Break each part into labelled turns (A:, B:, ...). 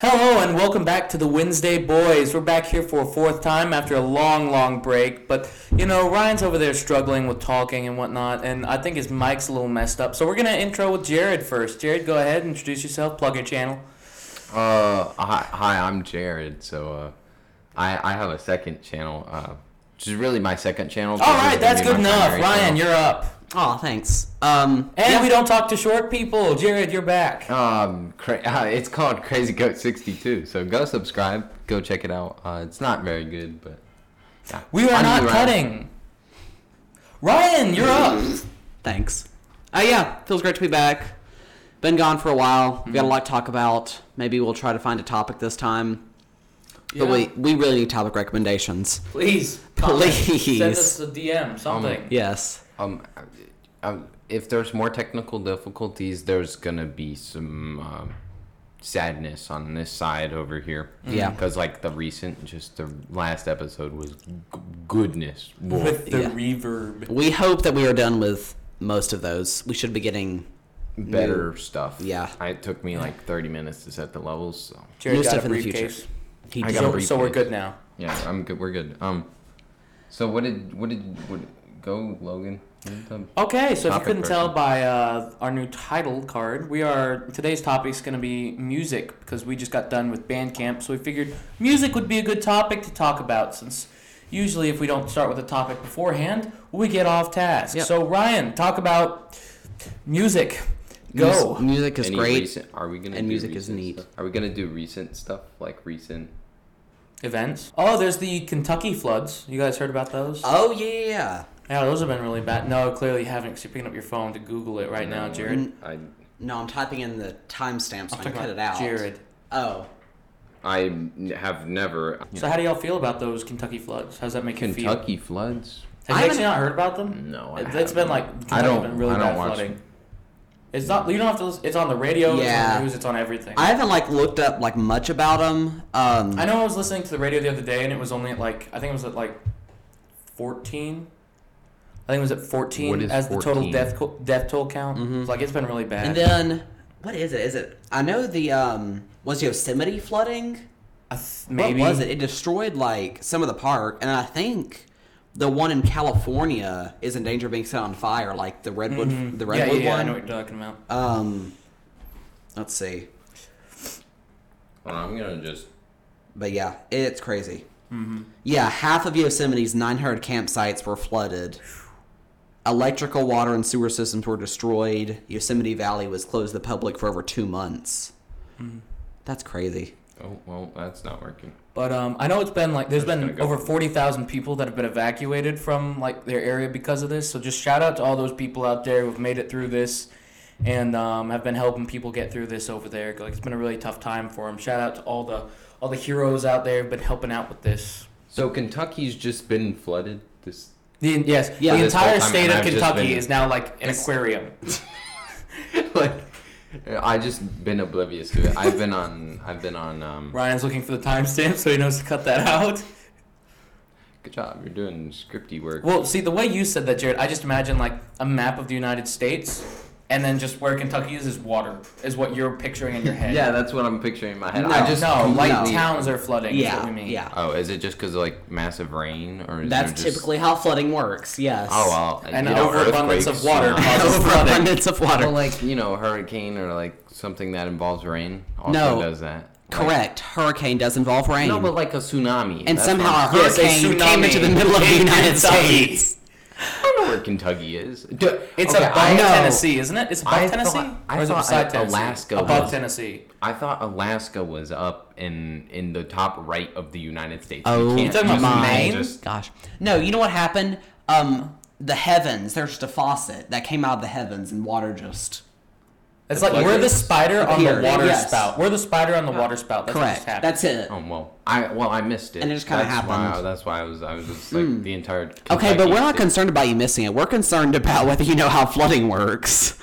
A: Hello and welcome back to the Wednesday Boys. We're back here for a fourth time after a long, long break. But you know, Ryan's over there struggling with talking and whatnot, and I think his mic's a little messed up. So we're gonna intro with Jared first. Jared, go ahead, introduce yourself, plug your channel.
B: Uh, hi, hi, I'm Jared. So, uh, I I have a second channel, uh, which is really my second channel.
A: All right, that's good enough. Ryan, you're up.
C: Oh, thanks. Um,
A: And we don't talk to short people. Jared, you're back.
B: you're um, cra- uh, it's called Crazy Goat 62. So go subscribe, go check it out. Uh, it's not very good, but yeah.
A: We are
B: I'm
A: not
B: Ryan.
A: cutting. Ryan, you're up.
C: thanks. Uh, yeah, feels great to be back. Been gone for a while. We've got
A: Mm-hmm.
C: a lot to talk about. Maybe we'll try to find a topic this time. But
A: Yeah.
C: we we really need topic recommendations.
A: Please,
C: Please.
A: send us a DM, something.
C: Yes.
B: Um, um, if there's more technical difficulties, there's gonna be some um, sadness on this side over here.
C: Yeah.
B: because like the recent, just the last episode was g- goodness. Whoa.
A: With the
C: Yeah.
A: reverb.
C: We hope that we are done with most of those. We should be getting
B: better stuff.
C: Yeah.
B: I, it took me like 30 minutes to set the levels. So.
A: Jared
C: New
A: got
C: stuff
A: a
C: in the future.
A: briefcase.
C: he
B: I got a
A: So, so we're
B: briefcase.
A: good now.
B: Yeah, I'm good. We're good. Um, so what did what did what, go Logan? What the-
A: Okay, so if you
B: Topic
A: couldn't tell
B: person.
A: by uh, our new title card, we are today's topic is going to be music because we just got done with band camp, so we figured music would be a good topic to talk about since usually if we don't start with a topic beforehand, we get off task.
C: Yep.
A: So Ryan, talk about music.
C: Mus-
A: Go.
C: music is
B: any
C: great.
B: recent- are we gonna
C: and
B: do
C: music is
B: recent
C: neat.
B: stuff? Are we gonna do recent stuff like recent?
A: Events. Oh, there's the Kentucky floods. You guys heard about those?
C: Oh yeah.
A: yeah, those have been really bad. No, clearly you haven't because you're picking up your phone to Google it right now,
B: No,
A: Jared.
B: I
C: No, I'm typing in the timestamp so I
A: Talk
C: can
A: about
C: cut it out.
A: Jared.
C: Oh.
B: I n- have never
A: So how do y'all feel about those Kentucky floods? How's that make you feel?
B: Kentucky floods.
A: Have
C: I
A: you actually
C: haven't-
A: not heard about them?
B: No, I
A: It- it's been
B: haven't.
A: like
B: I
A: Kentucky's
B: don't.
A: been really
B: I don't
A: bad
B: watch.
A: flooding. It's not. You don't have to. Listen, it's on the radio. It's on
C: Yeah.
A: the news. It's on everything.
C: I
A: I,
C: haven't like looked up like much about them. Um,
A: know. I was listening to the radio the other day, and it was only at like I think it was at like fourteen. I think it was at fourteen
B: What is
A: as the total
B: 14?
A: death co- death toll count. It's like it's been really bad.
C: Mm-hmm. And then what is it? Is it? I know the um was Yosemite flooding.
A: I th- maybe
C: What was it? It destroyed like some of the park, and I think the one in California is in danger of being set on fire, like the redwood, the
A: Mm-hmm. yeah, yeah,
C: redwood
A: yeah, I know
C: one.
A: what you're talking about.
C: Um, let's see,
B: Well, I'm gonna just.
C: but yeah, it's crazy.
A: Mm-hmm.
C: Yeah, half of Yosemite's 900 campsites were flooded. Electrical, water, and sewer systems were destroyed. Yosemite Valley was closed to the public for over two months.
A: Mm-hmm.
C: That's crazy.
B: Oh well, that's not working.
A: But um, I know it's been like there's
B: I'm just
A: been
B: gonna go.
A: over forty thousand people that have been evacuated from like their area because of this. So just shout out to all those people out there who've made it through this, and um, have been helping people get through this over there. Like it's been a really tough time for them. Shout out to all the all the heroes out there who've been helping out with this.
B: So Kentucky's just been flooded. This
A: The, yes,
C: Yeah.
A: the
B: This whole
A: entire
B: time,
A: state
B: and
A: of
B: I've just
A: Kentucky
B: been-
A: is now like an aquarium.
B: like I just been oblivious to it. I've been on I've been on um
A: Ryan's looking for the timestamp so he knows to cut that out.
B: good job. You're doing scripty work.
A: Well, see, the way you said that, Jared, I just imagine like a map of the United States, and then just where Kentucky is is water, is what you're picturing in your head.
B: yeah, that's what I'm picturing in my head.
C: No,
B: I just
A: no, like
C: No.
A: towns are flooding. is what
C: Yeah,
A: we mean.
C: yeah.
B: Oh, is it just because of like massive rain or is
C: That's
B: there just-
C: typically how flooding works. Yes.
B: Oh well,
A: An
B: you know,
A: overabundance of
B: earthquakes,
A: water
B: tsunamis.
A: causes flooding.
C: Overabundance of water.
B: Well, like you know, hurricane or like something that involves rain also
C: No.
B: does that. Like-
C: Correct. Hurricane does involve rain.
B: no, but like a tsunami.
C: and
B: that's
C: somehow a
B: what-
A: Yes, a
C: hurricane came
A: tsunami
C: into the middle of the
A: in
C: United
A: Kentucky.
C: States.
B: I don't know where Kentucky is. D-
A: It's
B: okay,
A: above
B: I know.
A: Tennessee, isn't it? It's above
B: I
A: Tennessee.
B: thought- I
A: or is it
B: thought
A: beside
B: that
A: Tennessee?
B: Alaska
A: Above
B: was-
A: Tennessee.
B: I thought Alaska was up in in the top right of the United States.
C: Oh
B: you
A: You're talking about
B: just-
A: Maine?
B: just-
C: gosh. No, you know what happened? Um, the heavens. There's just a faucet that came out of the heavens, and water just.
A: It's like we're the
B: floodgates
A: spider on the
C: appeared,
A: water
C: yes.
A: spout. We're the spider on the water spout. That's What
C: correct.
A: just happened.
C: That's it.
B: Oh well, I well I missed it.
C: And it just kinda
B: That's why-
C: happened. Hmm.
B: that's why I was I was just like the entire.
C: okay, but
B: Kentucky
C: we're not
B: thing.
C: concerned about you missing it. We're concerned about whether you know how flooding works.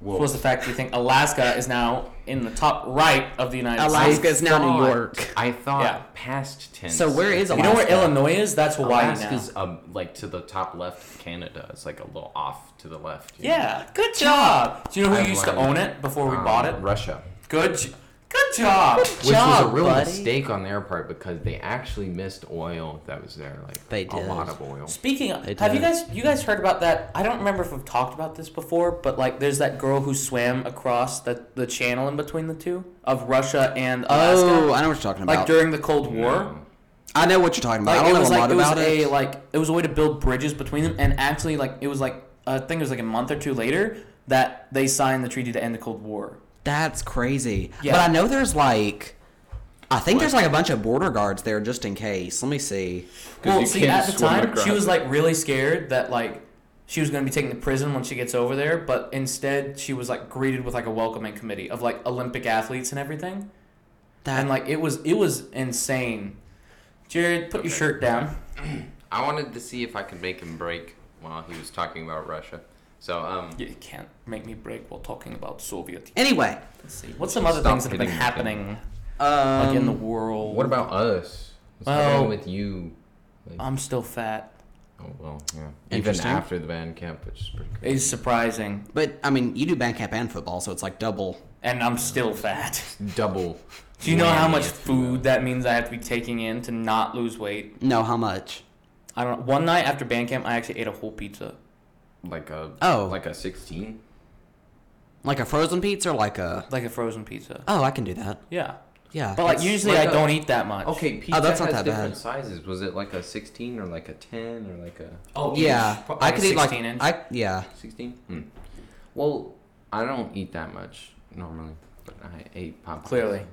B: Whoa.
A: was the fact that you think Alaska is now in the top right of the United States.
C: Alaska is now New
B: thought-
C: York.
B: I thought
A: Yeah.
B: past tense.
C: So where is
A: You know where
C: Alaska.
A: Illinois is? That's Hawaii now.
B: Alaska's um, like to the top left of Canada. It's like a little off to the left. you know?
A: Yeah, good job. Do you know who
B: I've
A: used to
B: learned.
A: own it before we
B: Um,
A: bought it?
B: Russia.
A: Good, j- Good job.
B: Which was a
C: job,
B: real
C: buddy.
B: mistake on their part because they actually missed oil that was there. Like
C: They
B: a
C: did.
B: lot of oil.
A: Speaking, of,
C: They
A: have you
C: did.
A: guys you guys heard about that? I don't remember if we've talked about this before, but like, there's that girl who swam across the the channel in between the two of Russia and Alaska,
C: Oh, I know what you're talking
A: like
C: about.
A: during the Cold War.
B: No.
C: I know what you're talking about.
A: Like,
C: I
A: it
C: don't know
A: was
C: a
A: like
C: lot
A: it was
C: about
A: a
C: it.
A: like it was a way to build bridges between them, and actually like it was like I think it was like a month or two later that they signed the treaty to end the Cold War.
C: That's crazy.
A: Yeah.
C: But I know there's like, I think there's like a bunch of border guards there just in case. Let me see.
B: 'Cause
A: Well,
B: you
A: see,
B: can't
A: at the
B: swim
A: time
B: across.
A: she was like really scared that like she was gonna be taken to prison when she gets over there, but instead she was like greeted with like a welcoming committee of like Olympic athletes and everything,
C: That
A: and like it was it was insane. Jared, put your shirt down.
B: I wanted to see if I could make him break while he was talking about Russia. So um,
A: You can't make me break while talking about Soviet.
C: anyway.
A: Let's see, what's some other
B: Stop
A: things that have been
B: hitting the thing.
A: happening
C: Um,
A: like in the world?
B: what about us? What's
A: Well-
B: wrong with you? Like,
A: I'm still fat.
B: oh well, yeah. Even
C: Interesting.
B: after the band camp, which is pretty good.
A: It's surprising,
C: but I mean, you do bandcamp and football, so it's like double.
A: and I'm still fat.
B: Double.
A: Do you know how
B: whammy,
A: much
B: if you will.
A: food that means I have to be taking in to not lose weight?
C: No, how much?
A: I don't. One night after band camp, I actually ate a whole pizza.
B: Like a
C: Oh.
B: like a sixteen.
C: Like a frozen pizza, or like a.
A: like a frozen pizza.
C: Oh, I can do that.
A: Yeah,
C: Yeah.
A: but like
B: That's
A: usually
B: like
A: I
B: a-
A: don't eat that much.
B: Okay, pizza
C: that's not
B: has
C: that bad.
B: different sizes. Was it like a sixteen or like a ten or like a
A: Oh
C: yeah, I could eat like
A: inch.
C: I yeah.
B: sixteen? Hmm. Well, I don't eat that much normally, but I ate popcorn.
A: Clearly,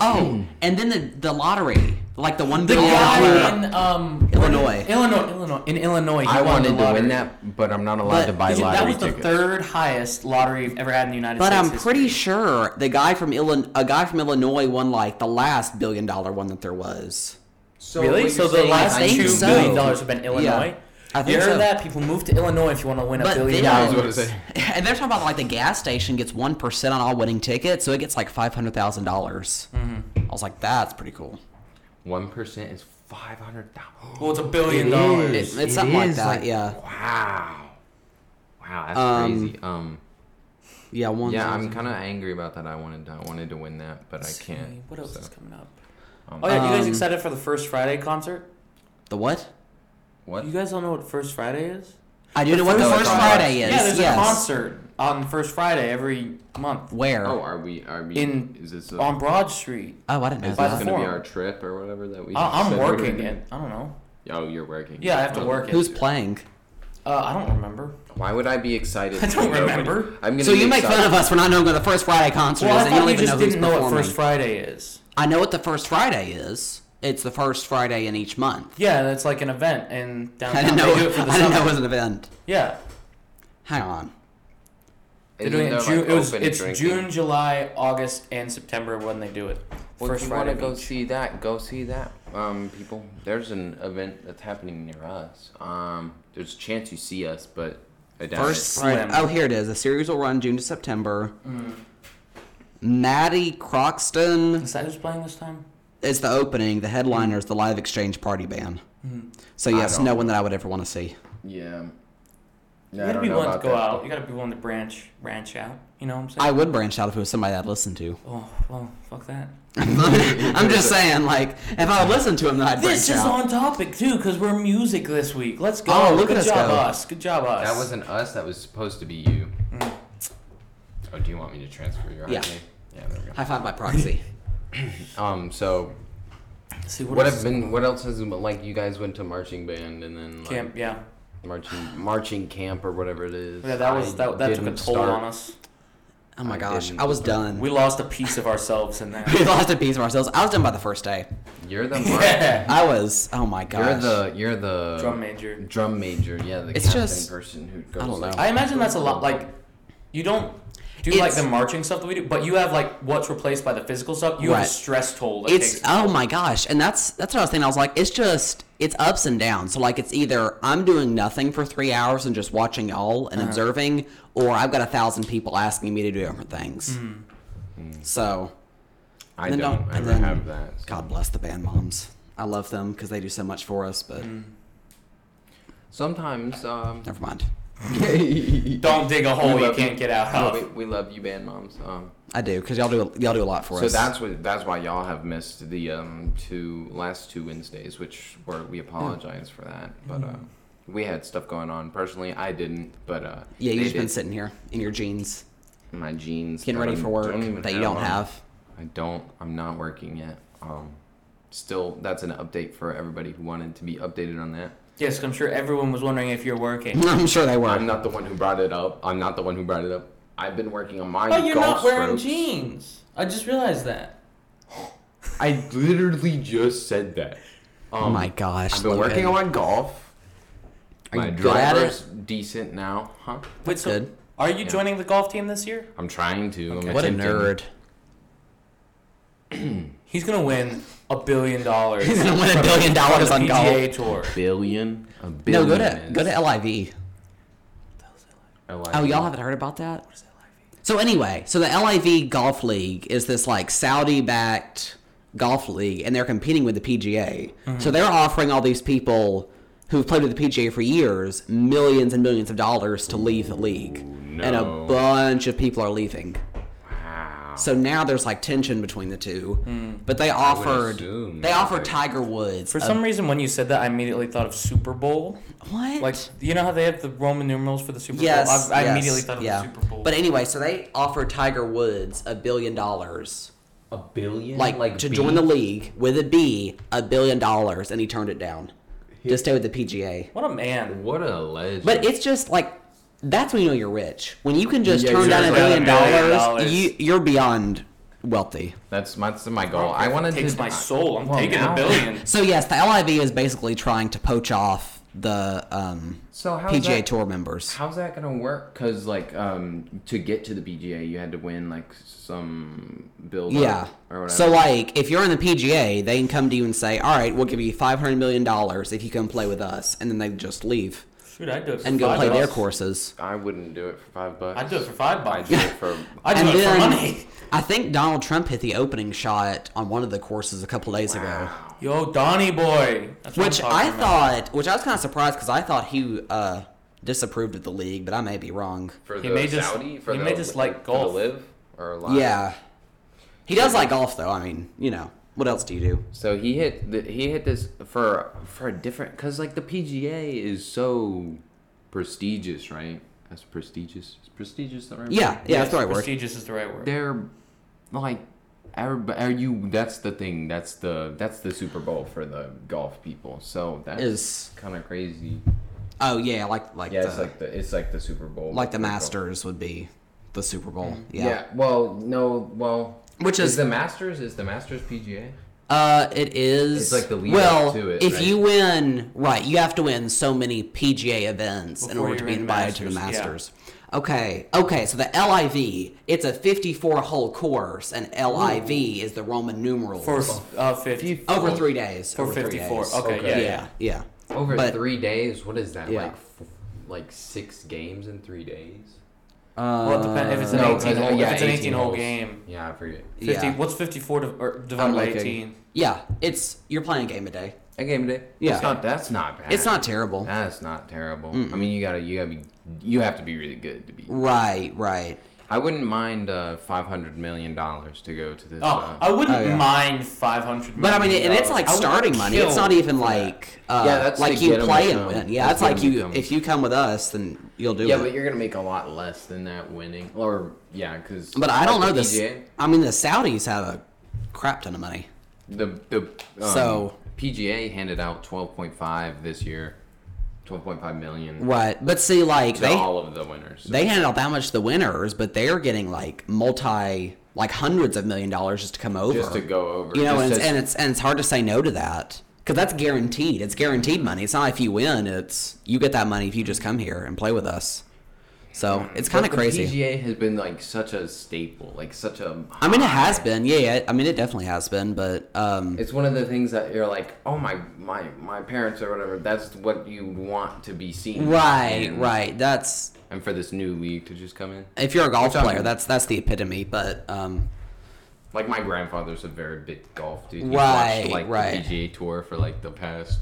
C: Oh, and then the the lottery, like the one
A: the
C: billion
A: guy
C: dollar-
A: in um
C: uh, Illinois.
A: Illinois, Illinois, in Illinois, he
B: I
A: won the
B: wanted to
A: lottery.
B: win that, but I'm not allowed
C: But-
B: to buy
A: Did you-
B: lottery
A: that was the
B: tickets.
A: third highest lottery you've ever had in the United
C: But
A: States.
C: I'm pretty sure the guy from Illinois, a guy from Illinois, won like the last billion dollar one that there was.
B: So
A: really. So the last
C: I
A: two
C: think
A: billion
C: so.
A: dollars have been Illinois.
C: I
A: you
C: think
A: heard
C: so.
A: that? People move to Illinois if you want to win a
C: But
A: billion
C: then-
B: I was
A: dollars.
B: going to say.
C: And they're talking about like the gas station gets one percent on all winning tickets, so it gets like five hundred thousand dollars. I
A: Mm-hmm.
C: was like, that's pretty cool.
B: One percent is five hundred thousand.
A: Well, it's a billion dollars.
C: It- it's something like that, yeah.
B: Wow. Wow, that's
C: Um,
B: crazy. Um,
C: Yeah, one.
B: yeah, I'm kind of angry about that. I wanted to, I wanted to win that, but I can't.
A: What else
B: so,
A: is coming up?
B: um,
A: Oh yeah, you guys
C: Um,
A: excited for the First Friday concert?
C: the what?
B: what?
A: You guys all know what First Friday is?
C: I do know what the
B: First
C: first
B: Friday.
C: Friday is.
A: Yeah, there's
C: yes.
A: a concert on First Friday every month
C: Where?
B: Oh,
C: Oh,
B: are we? Are we?
A: In-
B: is this? A,
A: on Broad Street.
C: I didn't know
B: is this
A: by the
B: going
C: that.
B: to be
A: forum.
B: our trip or whatever that we?
A: I, I'm
B: said we were
A: working
B: gonna
A: it. I don't know.
B: do? Oh, you're working.
A: Yeah, I have to work it.
C: Who's playing?
A: Uh, I don't remember.
B: Why would I be excited?
A: I don't
B: Nobody-
A: remember.
B: I'm gonna.
C: So
B: be
C: you make fun
B: excited.
C: of us for not knowing what the first Friday concert
A: Well,
C: is,
A: I
C: and you
A: thought
C: don't
A: you
C: even
A: just
C: know who's
A: didn't know what
C: performing.
A: First Friday is.
C: I know what the first Friday is. It's the first Friday in each month.
A: Yeah, that's like an event in downtown.
C: I didn't know.
A: They do it for the
C: I didn't know
A: summer.
C: it was an event.
A: Yeah,
C: Hang on.
A: they're
B: Isn't
A: doing it
B: there,
A: in
B: like,
A: June. it was,
B: open
A: it's
B: drinking?
A: June, July, August, and September when they do it.
B: Well,
A: First
B: if you want
A: Friday.
B: to go
A: of each.
B: see that, go see that, um, people. There's an event that's happening near us. Um, there's a chance you see us, but I doubt
C: First
B: it.
A: Friday.
C: Friday. Oh, here it is. The series will run June to September.
B: Mm-hmm.
C: Maddie Croxton
A: Is that who's playing this time?
C: is the opening. The headliner is the Live Exchange Party Band. So
B: Mm-hmm. I
C: yes,
B: don't-
C: no one that I would ever want to see.
B: Yeah.
A: You
B: Yeah, I
A: gotta
B: don't
A: be
B: know
A: willing to
B: about
A: go
B: that.
A: out. You gotta be willing to branch branch out. You know what I'm saying?
C: I would branch out if it was somebody I'd listen to.
A: Oh well, fuck that.
C: I'm just saying, like, if I would listen to him, then I'd branch
A: This is
C: out.
A: on topic too, because we're music this week. Let's go.
C: Oh, look
A: Good
C: at us
A: job,
C: go.
A: us. Good job, us. Mm.
B: That wasn't us. That was supposed to be you. Oh, do you want me to transfer your
C: Yeah.
B: ID? Yeah, there we
C: High five by proxy.
B: go. Um, so
A: Let's see
B: what,
A: what,
B: have
A: else?
B: been? What else has like you guys went to marching band and then like,
A: camp? Yeah,
B: marching marching camp or whatever it is.
A: yeah. That was
B: I
A: that. That took a
B: didn't
A: toll
B: start.
A: on us.
C: Oh my
B: I
C: gosh,
B: didn't
C: I was
B: listen.
C: done.
A: We lost a piece of ourselves in
C: We
A: that.
C: lost a piece of ourselves. I was done by the first day.
B: You're the mar-
A: yeah.
C: I was. Oh my
B: You're
C: gosh.
B: the you're the
A: Drum major.
B: drum major, yeah, the
C: It's
B: captain
C: just-
B: person who goes.
C: I don't know.
A: I imagine that's a lot. Like, you don't do like
C: It's-
A: the marching stuff that we do, but you have like what's replaced by the physical stuff. You have
C: Right.
A: a stress toll. That
C: it's
A: takes,
C: oh my gosh, and that's that's what I was thinking. I was like, it's just it's ups and downs. So like, it's either I'm doing nothing for three hours and just watching y'all and observing, or I've got a thousand people asking me to do different things.
B: Mm.
C: So
B: I
C: then
B: don't,
C: don't- and
B: ever
C: then-
B: have that. so-
C: God bless the band moms. I love them because they do so much for us. But
B: Sometimes um
C: never mind.
A: Don't dig a hole
B: We
A: you
B: love
A: can't get out
B: No,
A: of.
B: we, we love you, band moms. Um,
C: I do because y'all do y'all do a lot for
B: so
C: us.
B: that's what that's why y'all have missed the um two last two Wednesdays, which were we apologize for that, but
C: Mm-hmm.
B: uh, we had stuff going on. Personally, I didn't, but uh,
C: yeah. You've
B: they
C: just been
B: did.
C: sitting here in your jeans,
B: my jeans
C: getting
B: that
C: ready
B: I
C: for work
B: don't even
C: that you don't
B: on.
C: have.
B: I don't. I'm not working yet. Um, still, that's an update for everybody who wanted to be updated on that.
A: Yes, I'm sure everyone was wondering if you're working.
C: I'm sure they
B: I'm
C: were.
B: not the one who brought it up. I'm not the one who brought it up. I've been working on my
A: Oh, you're
B: golf
A: not wearing
B: strokes.
A: jeans. I just realized that.
B: I literally just said that. Um,
C: Oh my gosh.
B: I've been
C: Logan.
B: working on my golf.
C: Are
B: my
C: you good at it?
B: driver's decent now, huh?
A: Wait,
C: That's
A: so
C: good.
A: are you
B: Yeah.
A: joining the golf team this year?
B: I'm trying to. I'm
C: What a
B: attempting.
C: nerd.
A: He's gonna win a billion dollars.
C: He's gonna win a billion dollars
A: from
C: on
A: the
C: golf.
A: PGA Tour.
B: Billion. A billion.
C: No, go to go to LIV. Oh, y'all haven't heard about that? So anyway, so the LIV Golf League is this like Saudi-backed golf league, and they're competing with the PGA.
B: Mm-hmm.
C: So they're offering all these people who've played with the PGA for years millions and millions of dollars to leave the league, and
B: no.
C: a bunch of people are leaving.
B: Wow.
C: So now there's like tension between the two, but they
B: Hmm. would
C: offered
B: assume
C: they
B: that
C: offered
B: they-
C: Tiger Woods
A: For some reason, when you said that, I immediately thought of Super Bowl.
C: what
A: Like, you know how they have the Roman numerals for the Super Bowl?
C: Yes,
A: I, I
C: yes,
A: immediately thought of
C: yeah.
A: the Super Bowl.
C: But anyway, so they offered Tiger Woods a billion dollars,
B: A billion.
C: like, to join the league with a B, a billion dollars, and he turned it down to stay with the PGA.
A: what a man.
B: What a legend.
C: But it's just like that's when you know you're rich when you can just
B: Yeah,
C: turn down a
B: exactly.
C: billion
A: A billion
C: dollars.
A: dollars.
C: You you're beyond wealthy.
B: that's my, that's my goal. I wanted
A: Takes
B: to
A: my soul. I'm
B: Well,
A: taking
B: now-
A: a billion.
C: So yes, the LIV is basically trying to poach off the um,
B: So how's
C: PGA
B: that-
C: Tour members.
B: How's that gonna work? Cause like um to get to the PGA, you had to win like some build.
C: Yeah.
B: Or whatever.
C: So like, if you're in the PGA, they can come to you and say, "All right, we'll give you five hundred million dollars if you come play with us," and then they just leave
A: Shoot, I'd do it for
C: and go
A: five
C: play their
A: bucks.
C: courses.
B: I wouldn't do it for five bucks.
A: I'd do it for five
B: I'd
A: bucks.
B: do it for.
A: I'd do
C: and
A: it
C: then
A: for money.
C: I think Donald Trump hit the opening shot on one of the courses a couple days ago,
A: Yo, Donnie boy. That's what I'm
C: which
A: talking
C: I
A: about.
C: thought, which I was kind of surprised because I thought he uh, disapproved of the league, but I may be wrong.
B: for
A: He
B: the
A: may just-
B: Saudi for
A: he
B: the
A: may just like
B: for the
A: golf.
B: live or live.
C: Yeah, he does like golf though. I mean, you know, what else do you do?
B: So he hit the, he hit this for for a different because like the PGA is so prestigious, right? That's prestigious. Is prestigious the right?
C: Yeah,
B: word?
C: yeah, that's the right word.
A: prestigious is the right word.
B: They're like. everyb- Are you? That's the thing. That's the that's the Super Bowl for the golf people. So that
C: Is
B: kind of crazy.
C: oh yeah, like like
B: Yeah,
C: the,
B: it's like the it's like the Super Bowl.
C: like the
B: for golf.
C: Masters would be the Super Bowl.
B: Yeah.
C: Yeah.
B: Well, no. Well,
C: Which is-
B: the Masters? Is the Masters PGA?
C: Uh, it is.
B: It's like the lead
C: well,
B: up to it,
C: if
B: right?
C: you win, right, you have to win so many PGA events in
A: Before
C: order to
A: you're
C: be
A: in the
C: invited to the
A: Masters, yeah.
C: Masters. Okay, okay. So the LIV, it's a 54 hole course, and LIV is the Roman numerals
A: For uh, 50.
C: over three days.
A: For
C: over three
A: 54.
C: days.
A: Okay,
B: Okay.
A: yeah.
C: Yeah, yeah.
B: Over
C: But-
B: three days. What is that?
C: Yeah.
B: Like f- like six games in three days.
C: Uh,
A: Well, it depends. If it's an 18
B: no, uh,
A: hole,
B: yeah,
A: if it's an
B: 18
A: 18 hole
B: holes.
A: game,
B: Yeah, I forget.
A: 50,
C: yeah.
A: what's 54 div- or divided
C: I'm
A: by
C: looking.
A: 18?
C: yeah, it's you're playing a game a day.
B: A game day.
C: Yeah.
B: That's not, that's not bad.
C: It's not terrible.
B: That's not terrible. I mean, you gotta you gotta be you have to be really good to be.
C: Right, right.
B: I wouldn't mind uh, five hundred million dollars to go to this.
A: Oh,
B: uh,
A: I wouldn't
C: Oh, yeah.
A: mind 500
C: But I mean,
A: million
C: and it's
A: dollars.
C: like
A: I would
C: starting money. It's
A: kill
C: not even
A: for that.
C: like uh,
B: Yeah, that's
C: like
B: to
C: you
B: get 'em
C: play
B: to
C: and
B: come.
C: win. Yeah,
B: That's
C: it's like
B: when you
C: you
B: come.
C: if you come with us, then you'll do
B: yeah,
C: it.
B: but you're gonna make a lot less than that winning. Or yeah, because
C: But I don't know this.
B: PGA,
C: I mean, the Saudis have a crap ton of money.
B: the the um,
C: So-
B: PGA handed out twelve point five this year, twelve point five million
C: Right, but see, like
B: to
C: they
B: all of the winners.
C: they handed out that much to the winners, but they're getting like multi, like hundreds of million dollars just to come over.
B: just to go over.
C: you know,
B: Just
C: and it's,
B: as-
C: and it's and it's hard to say no to that because that's guaranteed. It's guaranteed money. It's not if you win; it's you get that money if you just come here and play with us. So it's kind of
B: But
C: crazy.
B: The PGA has been like such a staple, like such a.
C: I mean, it has been. Yeah, yeah. I mean, it definitely has been. But um,
B: It's one of the things that you're like, oh my, my, my parents or whatever. That's what you want to be seen.
C: right,
B: in.
C: right. That's
B: And for this new league to just come in,
C: if you're a golf
B: Which I'm-
C: player, that's that's the epitome. But um,
B: like my grandfather's a very big golf dude. He
C: Right,
B: watched, like,
C: right.
B: The PGA Tour for like the past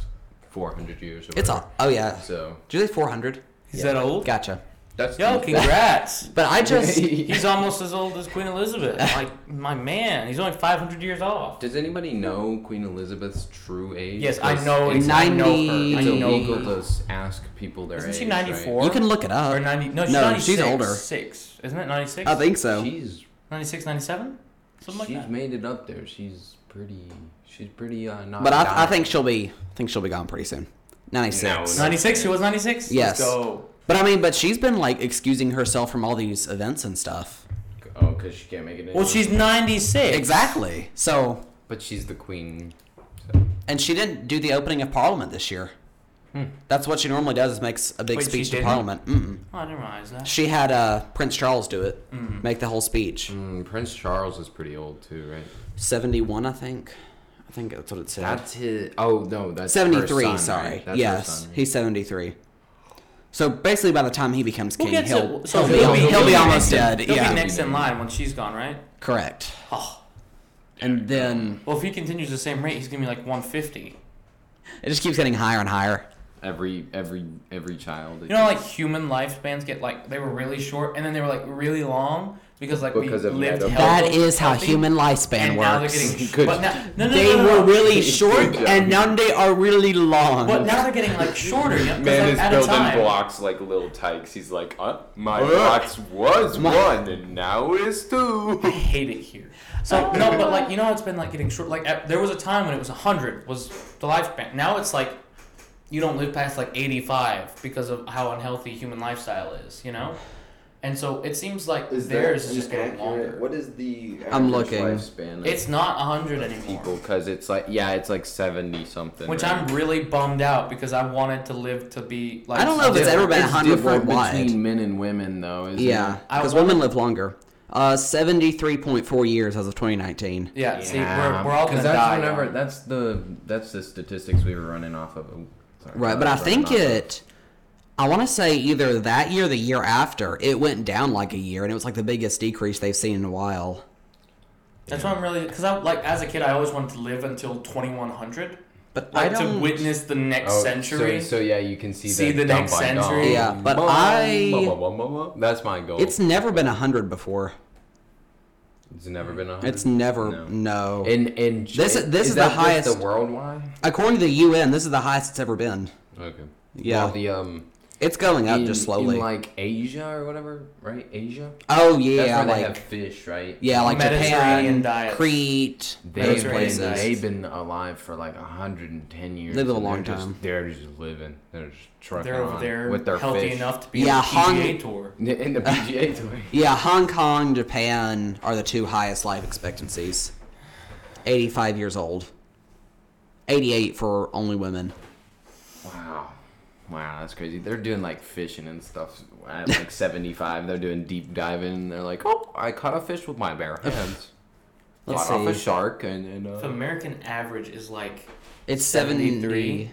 B: 400 years. Or
C: it's
B: whatever.
C: all. Oh yeah.
B: So
C: Did you say four hundred?
A: He's that old?
C: Gotcha.
B: That's
A: Yo, congrats.
C: But I just
A: He's almost as old as Queen Elizabeth. Like my man, he's only 500 years off.
B: Does anybody know Queen Elizabeth's true age?
A: Yes, I
B: 'Cause
A: know.
B: It's,
A: It's, I know
C: Ninety-
A: her.
B: it's
A: I know
B: illegal
A: her.
B: to s- ask people their
A: Isn't
B: age.
A: she
B: right?
A: 94?
C: you can look it up.
A: Or 90? No, she's
C: No,
A: 96.
C: she's older. Uh,
A: Six, isn't it? 96.
C: I think so.
B: She's
A: 96, 97, something like
B: she's
A: that.
B: made it up there. She's pretty. She's pretty. Uh, not
C: But I, I
B: dying.
C: think she'll be I think she'll be gone pretty soon. Ninety six.
B: No, no.
A: 96. She was 96.
C: Yes.
A: Let's go.
C: But I mean, but she's been like excusing herself from all these events and stuff.
B: Oh, because she can't make it.
A: Well,
B: anymore.
A: she's 96.
C: Exactly. So
B: But she's the queen.
C: and she didn't do the opening of Parliament this year. That's what she normally does is makes a big
A: Wait, she
C: speech to
A: didn't?
C: Parliament. Mm-mm.
A: Oh, I didn't realize that.
C: She had uh, Prince Charles do it,
B: Mm-hmm.
C: make the whole speech.
B: Mm, Prince Charles is pretty old too, right?
C: Seventy one, I think. I think that's what it said.
B: That's his. Oh no, that's her
C: seventy three.
B: son,
C: Sorry.
B: right? That's her
C: yes,
B: son, right?
C: he's seventy three. So basically, by the time he becomes
A: We'll
C: king,
A: get to-
C: he'll,
A: so
C: he'll,
A: he'll be-
C: be, he'll,
A: he'll
C: be
A: be
C: almost dead.
A: He'll
C: Yeah,
A: be next in line when she's gone, right?
C: correct.
A: Oh.
C: And then
A: Well, if he continues the same rate, he's gonna be like 150.
C: it just keeps getting higher and higher.
B: Every every every child.
A: You know, like human lifespans get like they were really short, and then they were like really long because like
B: Because
A: we
B: of
A: lived.
B: metabol-
A: healthy-
C: That is how
A: healthy,
C: human lifespan
A: and now they're
C: works.
A: getting.
B: Good.
A: But now, no, no, no,
C: they
A: no, no,
C: were really
B: Good
C: short,
B: job.
C: and now they are really long.
A: But now they're getting like shorter. You know, 'cause,
D: Man
A: like,
D: is
A: at a
D: building
A: time,
D: blocks like little tykes. He's like, uh, my
B: Ugh.
D: blocks was
C: My-
D: one and now is two.
A: I hate it here. So no, but like you know, how it's been like getting short. Like at, there was a time when it was hundred was the lifespan. Now it's like you don't live past like eighty-five because of how unhealthy human lifestyle is. You know, and so it seems like theirs is just getting longer.
D: What is the
C: I'm looking.
B: lifespan. of
A: It's not hundred anymore.
B: people because it's like yeah, it's like seventy something.
A: Which
B: right?
A: I'm really bummed out because I wanted to live to be like.
C: I don't know if it's
B: Different-
C: ever been
B: it's
C: 100
B: different
C: worldwide.
B: between men and women though. Isn't
C: yeah,
B: It?
A: I
C: because
A: want-
C: women live longer. Uh, seventy-three point four years as of twenty nineteen.
A: Yeah, see, we're, we're all
B: 'cause
A: gonna
B: that's
A: die.
B: whenever-
A: young.
B: that's the that's the statistics we were running off of. Ooh, sorry.
C: Right, but I
B: Running
C: think
B: off of.
C: it. I want to say either that year, or the year after, it went down like a year, and it was like the biggest decrease they've seen in a while.
A: That's why I'm really because I like as a kid I always wanted to live until 2100,
C: But I
A: like
C: don't.
A: to witness the next
B: Oh,
A: century.
B: So, so yeah, you can see,
A: See
B: the,
A: the
B: dump
A: next
B: on
A: century.
B: dump.
C: Yeah, but
B: Whoa,
C: I-
B: whoa, whoa, whoa, whoa, whoa. That's my goal.
C: It's never been hundred before.
B: It's never been a. hundred?
C: It's never
B: No.
C: no.
B: And and
C: This-
B: is,
C: this is the
B: that just
C: highest-
B: The worldwide.
C: According to the UN, this is the highest it's ever been.
B: Okay.
C: Yeah.
B: Well, the um.
C: It's going up
B: in-
C: just slowly.
B: In like Asia or whatever, right? Asia.
C: oh
B: That's
C: yeah,
B: where they
C: like
B: have fish, right?
C: yeah, like
A: Mediterranean
C: Japan,
A: diets.
C: Crete, those
B: They've been,
C: places.
B: they've been alive for like 110 years.
C: They live a
B: and
C: long
B: they're
C: time.
B: Just, they're just living. They're just trucking
A: They're over
B: on
A: there
B: with their
A: healthy
B: fish.
A: enough to be on
C: Yeah,
A: the
C: hung-
A: PGA tour.
B: N- in the PGA tour.
C: Yeah, Hong Kong, Japan are the two highest life expectancies. 85 years old. 88 for only women.
B: Wow, wow, that's crazy. They're doing like fishing and stuff at like 75. They're doing deep diving. and They're like, oh, I caught a fish with my bare hands.
C: Let's
B: caught off a
C: see.
B: shark and, and
A: If
B: uh,
A: American average is like,
C: It's
A: 73.
C: 73.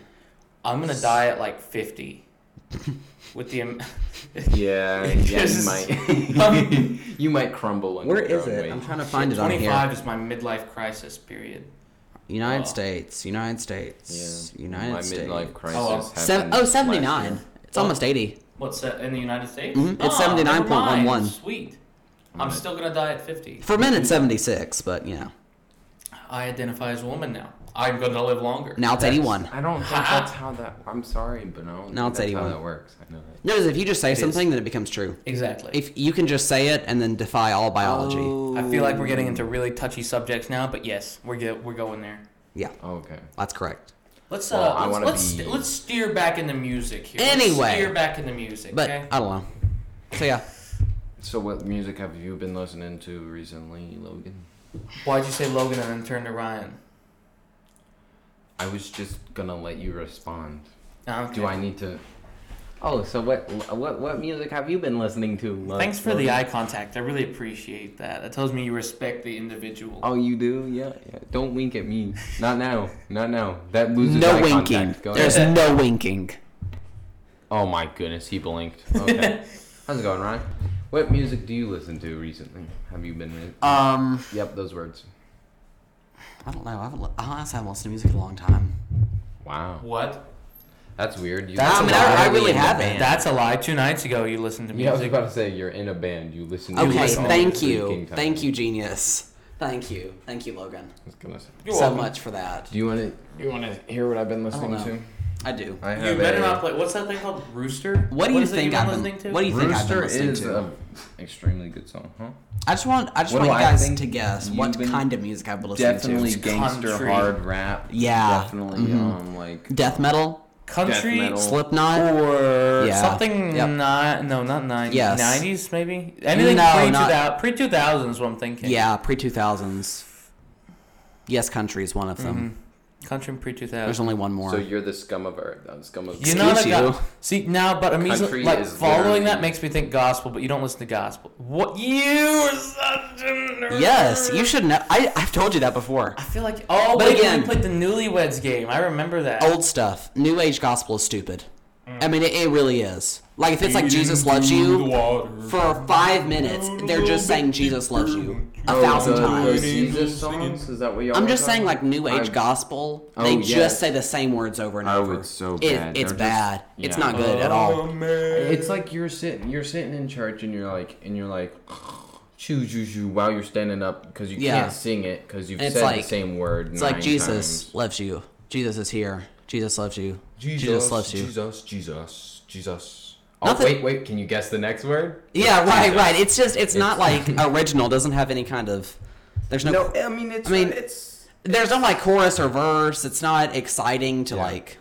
A: I'm gonna die at like 50. With the am-
B: yeah, yeah, you
A: Just-
B: might, you might crumble. under
C: Where
B: your
C: is
B: own
C: it?
B: weight.
C: I'm trying to find it on here.
A: 25 is my midlife crisis period.
C: United
A: Oh.
C: States, United States,
B: Yeah,
C: United
B: my
C: States.
B: midlife crisis.
A: Oh, well.
B: happened
C: Seven, oh,
B: last
C: 79.
B: year.
C: It's almost 80.
A: What's that in the United States?
C: Mhm, it's
A: Ah,
C: 79.11.
A: never mind, Sweet. I'm
B: Right.
A: still gonna die at 50.
C: For men, it's 76, but you know.
A: I identify as a woman now. I'm gonna live longer.
C: Now it's 81.
B: I don't think that's how that. I'm sorry, but I don't.
C: No,
B: think
C: it's
B: that's how
C: 81.
B: that works. I know that.
C: Notice if you just say
A: is.
C: something, then it becomes true.
A: Exactly.
C: If you can just say it and then defy all biology.
B: Oh.
A: I feel like we're getting into really touchy subjects now, but yes, we're get, we're going there.
C: Yeah,
B: Oh, Okay.
C: that's correct.
A: Let's uh,
B: Well, I
A: let's
B: wanna
A: let's,
B: be-
A: st- let's steer back into music here.
C: Anyway.
A: let's steer back into music.
C: But
A: okay?
C: I don't know. So yeah.
B: So, what music have you been listening to recently, Logan?
A: why'd you say Logan and then turn to Ryan?
B: I was just gonna let you respond.
A: Ah, okay.
B: Do I need to? Oh, so what? What? What music have you been listening to? Lo-
A: Thanks for the
B: Logan?
A: eye contact. I really appreciate that. That tells me you respect the individual.
B: Oh, you do? Yeah, yeah. Don't wink at me. Not now. Not now. That loses
C: No
B: eye
C: winking.
B: contact. Go
C: There's
B: ahead.
C: no winking.
B: Oh my goodness, he blinked. Okay. How's it going, Ryan? What music do you listen to recently? Have you been?
C: Um,
B: yep, those words.
C: I don't know. I haven't. li- I honestly haven't listened to music in a long time.
B: Wow.
A: What?
B: That's weird. You
C: That's I a mean, lie. I- I Are we really in the haven't. band?
A: That's a lie. Two nights ago, you listened to
B: yeah, I was
A: music.
B: about to say you're in a band. You listen. to
C: Okay,
B: music all
C: thank
B: the
C: you.
B: freaking time.
C: Thank you, genius. Thank you. Thank you, Logan.
B: I was gonna say-
C: so much for that.
B: Do you want to? You want to hear what I've been listening
C: know.
B: to?
C: I do.
B: I
A: You
B: have
A: better
B: a-
A: not play. What's that thing called? Rooster.
C: What do you
A: is it
C: think
A: you've
C: I've
A: been
C: been-
A: listening to?
C: what do you- think I've been
B: Rooster
C: listening
B: is
C: to?
B: an extremely good song, huh?
C: I just want I just
B: What
C: want
B: do
C: you
B: I
C: guys
B: think?
C: to guess
B: You've
C: what
B: been
C: kind of music I've been listening
B: Definitely
C: to.
A: It's
B: gangster
A: country.
B: hard rap.
C: Yeah, Mm-hmm.
B: Definitely um like
C: Death metal,
A: Country.
B: Death
C: Oh.
B: metal.
C: Slipknot.
A: Or
C: Yeah.
A: something
C: Yep.
A: ni- no, not nineties.
C: Yes.
A: Nineties maybe? Anything
C: No,
A: pre two
C: not-
A: thousand pre two thousand is what I'm thinking.
C: Yeah, pre two thousands. Yes, country is one of them.
A: Mm-hmm. Country pre two
C: There's
A: thousand.
C: only one more.
B: So you're the scum of earth. I'm scum of.
A: You're not a
C: Excuse
A: go-
C: you.
A: See now, but I'm easily,
B: Country
A: like
B: is
A: following that
B: literally-
A: makes me think gospel, but you don't listen to gospel. What you are such a nerd.
C: yes, you should know. I I've told you that before.
A: I feel like oh,
C: But
A: but again,
C: again- Oh,
A: we played the Newlyweds game. I remember that.
C: Old stuff, new age gospel is stupid. I mean, it, it really is. Like if it's like Jesus loves you for five minutes, they're just saying Jesus loves you a thousand times.
B: Oh, Jesus songs? Is that what y'all?
C: I'm
B: are
C: just saying,
B: talking
C: like New Age
B: I-
C: gospel, they
B: Oh, yes.
C: just say the same words over and
B: Oh,
C: over.
B: it's so
C: It-
B: bad.
C: it's
B: They're just-
C: bad. It's
B: yeah. Oh,
C: not good at
A: Oh,
C: all.
B: It's like you're sitting, you're sitting in church, and you're like, and you're like, choo choo choo, while you're standing up because you
C: Yeah.
B: can't sing it because you've
C: It's
B: said
C: like-
B: the same word.
C: It's like Jesus loves you. Jesus is here. Jesus loves you. Jesus, loves you.
B: Jesus, Jesus, Jesus. Oh
C: Nothing-
B: wait, wait. Can you guess the next word?
C: Yeah, right, right. It's just it's, not like original. Doesn't have any kind of. There's no.
B: I mean it's.
C: I mean-
B: it's.
C: there's no like chorus or verse. It's not exciting to
B: Yeah.
C: like.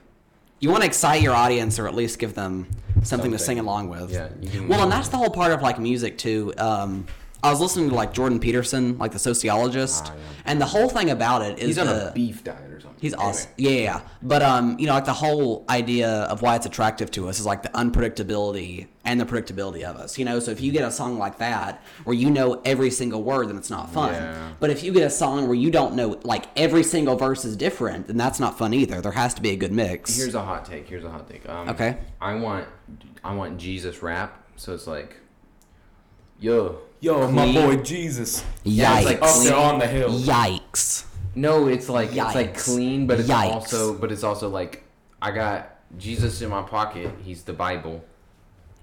C: You want to excite your audience or at least give them something,
B: Something.
C: to sing along with.
B: Yeah, you can-
C: Well, and that's the whole part of like music too. Um, I was listening to like Jordan Peterson, like the sociologist,
B: Ah, yeah.
C: and the whole thing about it is
B: He's on
C: the,
B: a beef diet or something.
C: He's
B: Anyway.
C: awesome. Yeah, yeah, yeah. But um, you know, like the whole idea of why it's attractive to us is like the unpredictability and the predictability of us. You know, so if you get a song like that where you know every single word, then it's not fun.
B: Yeah.
C: But if you get a song where you don't know like every single verse is different, then that's not fun either. There has to be a good mix.
B: Here's a hot take. Here's a hot take. Um,
C: Okay.
B: I want, I want Jesus rap. So it's like, yo,
A: Yo, my
C: Clean.
A: boy Jesus.
B: Yeah,
C: Yikes!
B: it's like
A: Up there on the hill.
C: Yikes!
B: No, it's like it's like
C: Yikes.
B: clean, but it's
C: Yikes.
B: also but it's also like I got Jesus in my pocket. He's the Bible.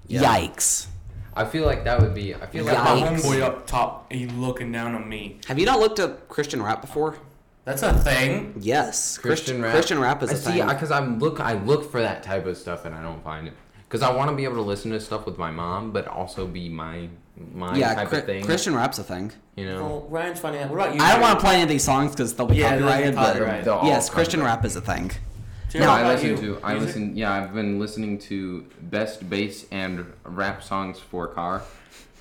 C: Yikes!
B: I feel like that would be. I feel like
A: My
C: Yikes.
A: homeboy up top, he looking down on me.
C: Have you not looked up Christian rap before?
A: That's a thing.
C: Yes,
B: Christian rap.
C: Christian rap is a
B: I
C: thing.
B: see because I'm look. I look for that type of stuff and I don't find it because I want to be able to listen to stuff with my mom, but also be my my
C: yeah,
B: type
C: Chri-
B: of thing.
C: Christian rap's a thing.
B: you know.
A: Well, Ryan's finding out. What about you?
C: I don't want to play any of these songs because they'll be
A: Yeah, they'll be
C: copyrighted. but
A: copyrighted.
B: They'll all
C: yes, Christian
B: copyrighted.
C: rap is a thing.
A: Jared,
C: No,
A: what
B: I
A: about
B: listen
A: you?
B: to. I
A: Music?
B: listen. Yeah, I've been listening to best bass and rap songs for car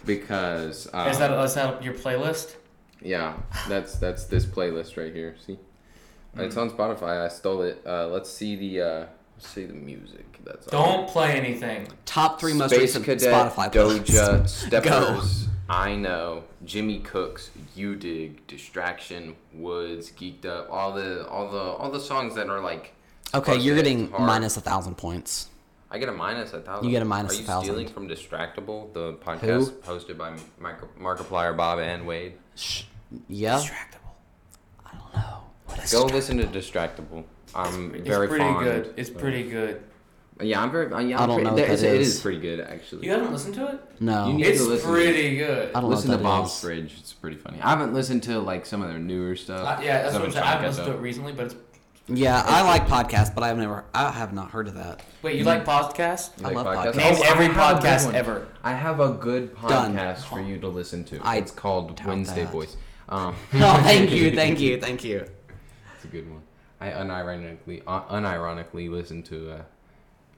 B: because uh,
A: Is that is that your playlist?
B: Yeah, that's that's this playlist right here. See, it's on Spotify. I stole it. Uh, let's see the uh, let's see the music. That's
A: Don't play anything.
C: Top three most
B: Space
C: recent
B: Cadet,
C: Spotify playlists.
B: Doja, Steppers, I know, Jimmy Cooks, You Dig, Distraction, Woods, Geeked Up, all the all the all the songs that are like.
C: Okay,
B: Plus
C: you're
B: it's
C: getting
B: hard.
C: minus a thousand points.
B: I get a minus a thousand.
C: You get a minus
B: Are
C: a
B: you
C: thousand.
B: stealing from Distractable, the podcast hosted by Micro- Markiplier, Bob, and Wade?
C: Yeah.
A: Distractable.
C: I don't know. What is
B: Go listen to Distractable. I'm
A: It's
B: very
A: pretty
B: fond.
A: good. It's pretty good.
B: Yeah, I'm very. uh, Yeah, I'm
C: I don't
B: pretty,
C: know what
B: there-
C: that
B: it's- It
C: is.
B: is pretty good, actually.
A: You haven't listened to it?
C: No.
B: You need- to
A: It's
B: listen to
A: pretty good.
C: I don't know
B: Listen
C: what
B: to
C: that
B: Bob's
C: is.
B: Bridge. It's pretty funny. I haven't listened to like some of their newer stuff.
A: Uh, yeah, that's what
B: Some
A: I'm
B: of
A: saying. I haven't
B: Chonka's
A: listened to it
B: stuff.
A: recently, but it's.
C: Yeah, I like podcasts, but I've never, I have not heard of that.
A: Wait, you like podcasts?
B: You
C: I love podcasts.
A: Name
B: I
A: every
B: have a good
A: podcast
B: one.
A: ever.
B: I have a good podcast
C: Done.
B: for you to listen to.
C: I
B: it's called
C: doubt
B: Wednesday
C: that.
B: Boys. Um,
C: No, thank you, thank you, thank you.
B: It's a good one. I unironically, uh, unironically listened to a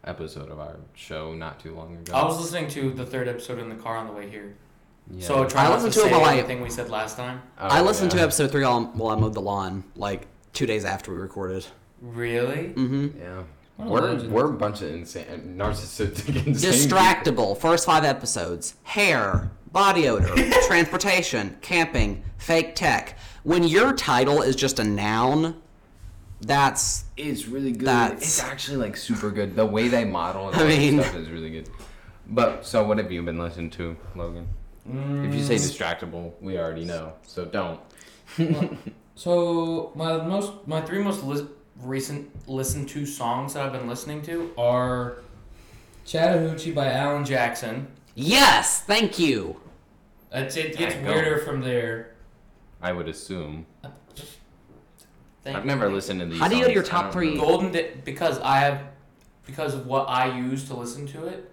B: episode of our show not too long ago.
A: I was listening to the third episode in the car on the way here.
B: Yeah.
A: So try
C: I
A: not to
C: listened to it
A: say
C: while I-
A: everything we said last time.
B: Oh,
C: I listened
B: yeah.
C: to episode three while, while I mowed the lawn, like two days after we recorded.
A: Really?
C: Mm-hmm.
B: Yeah.
A: What a
B: We're,
A: legend.
B: we're a bunch of insane, narcissistic, insane
C: Distractable. First five episodes. Hair, body odor, transportation, camping, fake tech. When your title is just a noun, that's
B: It's really good.
C: That's-
B: It's actually like super good. The way they model and
C: I
B: all that
C: mean-
B: stuff is really good. But so what have you been listening to, Logan? If you say distractable, we already know. So don't.
A: So my most my three most lis- recent listen to songs that I've been listening to are Chattahoochee by Alan Jackson.
C: Yes, thank you.
A: It's, it gets
B: Dang, go.
A: weirder from there.
B: I would assume.
A: Thank
B: I've never listened to these.
C: How do you go to
B: songs,
C: your
B: I
C: top
B: don't
C: three?
B: know.
A: Golden Di- because I have because of what I use to listen to it.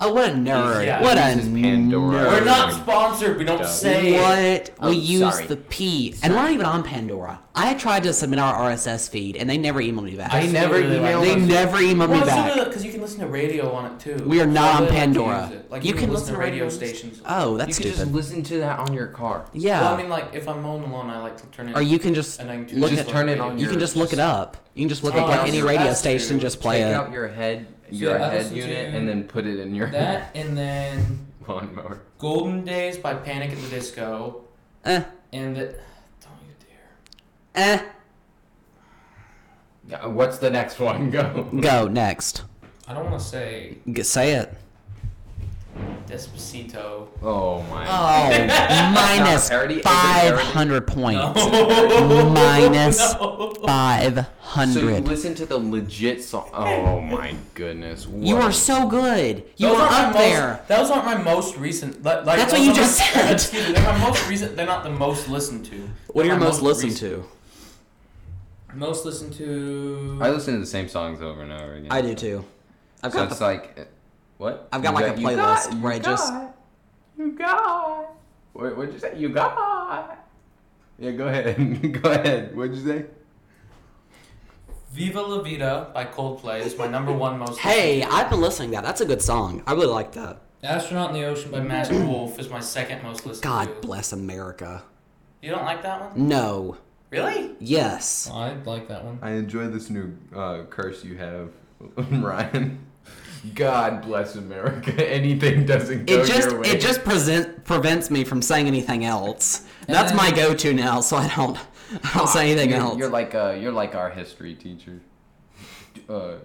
C: Oh, what a nerd!
A: Yeah,
C: what a
B: this is Pandora.
C: nerd!
A: We're not sponsored. We don't
B: Duh.
A: say it.
C: What?
B: Oh,
C: we use
B: sorry.
C: the P. And we're not even on Pandora. I tried to submit our RSS feed and they never emailed me back.
A: I
B: They never
A: really like
B: emailed
A: it.
C: they never emailed me back.
A: Because you can listen to radio on it too.
C: We are not on
A: Like, you can
C: Pandora.
A: use it. Like
C: You can listen to
A: radio
C: radio
A: stations.
C: Oh, that's
B: you could just
C: stupid.
B: listen to that on your car.
C: yeah.
A: Well, I mean, like if I'm home alone, I like to turn it.
C: or you can just
A: and I can
C: look
A: just listen
C: at-
A: to
B: turn it
A: radio.
B: on
C: you can just look it up. You can just look
A: Oh,
C: up like
A: that's-
C: any radio
A: that's
C: station
A: true.
C: and just play
B: Take
C: it.
B: out your head, your
A: Yeah, I
B: head
A: listen
B: unit,
A: to
B: and then put it in your
A: That and then
B: lawnmower.
A: Golden Days by Panic at the Disco
C: Eh,
A: and the, don't you dare.
C: eh.
B: Yeah, What's the next one? Go.
C: Go next.
A: I don't want to say
C: G- say it.
A: Despacito.
B: Oh my.
C: Oh, minus
B: No, parody- is it
C: five
B: parody?
C: hundred points.
A: No.
C: Minus
A: No.
C: five
B: So you
C: hundred.
B: listen to the legit song. Oh my goodness.
C: You
B: Whoa.
C: are so good. You
A: Those
C: are
A: aren't my
C: up
A: most-
C: there.
A: Those aren't my most recent. li- Like,
C: That's what
A: those
C: you
A: are
C: just
A: my-
C: said.
A: Excuse me, they're my most recent. They're not the most listened to.
C: What are
A: They're
C: your
A: my
C: most listened
A: recent-
C: to?
A: Most listened to.
B: I listen to the same songs over and over again.
C: I do too. I've
B: So
C: got
B: it's
C: the,
B: like, uh, what?
C: I've got
B: You
C: like a
B: you
C: playlist
B: you
C: where I just-
B: got, You got. What, what'd you say? You got. Yeah, go ahead. go ahead. What'd you say?
A: Viva La Vida by Coldplay is my number one most.
C: Hey,
A: listened
C: I've been listening to that. That's a good song. I really like that.
A: to. Astronaut in the Ocean by Master Wolf is my second most listened to.
C: God bless America.
A: You don't like that one?
C: No.
A: Really?
C: Yes.
A: I like that one.
B: I enjoy this new uh, curse you have, Ryan. God bless America. Anything doesn't go
C: It just
B: your way.
C: it just present, prevents me from saying anything else.
A: And
C: That's
A: then-
C: my go-to now, so I don't I don't say anything
B: you're,
C: else.
B: You're like uh, you're like our history teacher. Uh,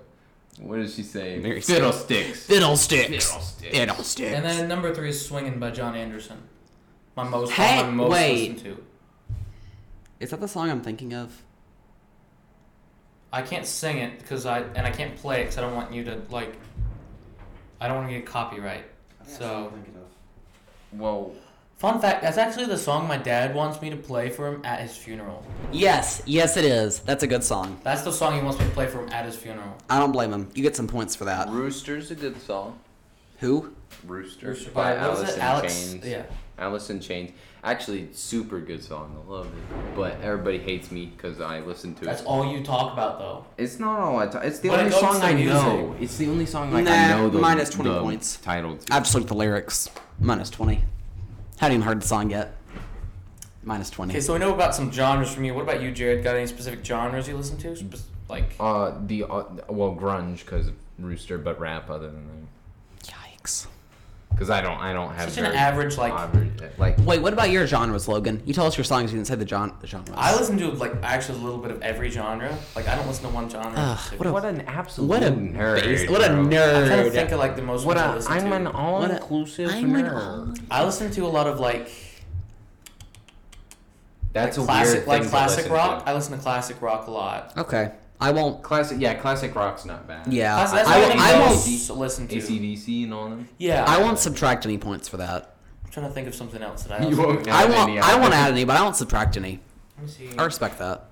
B: what does she say?
C: Mary Sue.
B: Fiddlesticks.
C: Fiddlesticks.
B: Fiddlesticks.
C: Fiddlesticks.
A: And then number three is Swingin' by John Anderson. My most,
C: Hey,
A: my most
C: wait.
A: listened to.
C: Is that the song I'm thinking of?
A: I can't sing it because I and I can't play it because I don't want you to like. I don't want to get copyright. So
B: Whoa.
A: fun fact: that's actually the song my dad wants me to play for him at his funeral.
C: Yes, yes it is. That's a good song.
A: That's the song he wants me to play for him at his funeral.
C: I don't blame him. You get some points for that.
B: Rooster's a good song.
C: Who?
B: Rooster
A: By-
B: by
A: what was
B: Alice
A: it?
B: in
A: Alex.
B: Chains.
A: Yeah.
B: Alice in Chains. Actually, super good song. I love it. But everybody hates me because I listen to
A: That's
B: it.
A: all you talk about though.
B: It's not all I talk. It's the
A: When it
B: only
A: comes
B: song
A: to
B: I
A: music-
B: know. It's the only song like I
C: Nah,
B: know the
C: minus 20
B: the
C: points.
B: Title. to.
C: I've just looked at the lyrics. Minus twenty. Haven't even heard the song yet. Minus twenty.
A: Okay, so we know about some genres from you. What about you, Jared? Got any specific genres you listen to? Spe- Like
B: Uh, the uh, well grunge because of Rooster, but rap other than that.
C: Yikes.
B: Because I don't, I don't have
A: such an
B: very
A: average like.
B: average- like
C: Wait, what about your genres, Logan? You tell us your songs. You didn't say the genre. genres.
A: I listen to like actually a little bit of every genre. Like I don't listen to one genre.
C: Ugh,
A: specifically.
C: what a
B: what an absolute
C: what a
B: nerd,
C: base- what a
B: bro.
A: I'm trying to
C: nerd.
A: think of like the most.
B: What
A: ones I
B: a,
A: listen
B: I'm
A: to.
B: an all inclusive
C: I'm an
B: nerd.
A: I listen to a lot of like
B: That's a
A: classic,
B: weird
A: like
B: thing to
A: classic
B: listen
A: rock.
B: to.
A: I listen to classic rock a lot.
C: Okay, I won't.
B: Classic, yeah, classic rock's not bad.
C: Yeah,
A: That's- that's
C: I,
A: what
C: I,
A: I
C: I won't.
A: most listen to.
B: ACDC and all them.
A: Yeah,
C: I won't subtract any points for that.
A: I'm trying to think of something else that I.
B: You
A: listen
B: won't
A: to.
B: add
C: I won't.
B: any
C: I
B: other-
C: won't add any, but I won't subtract any.
A: Let me see.
C: I respect that.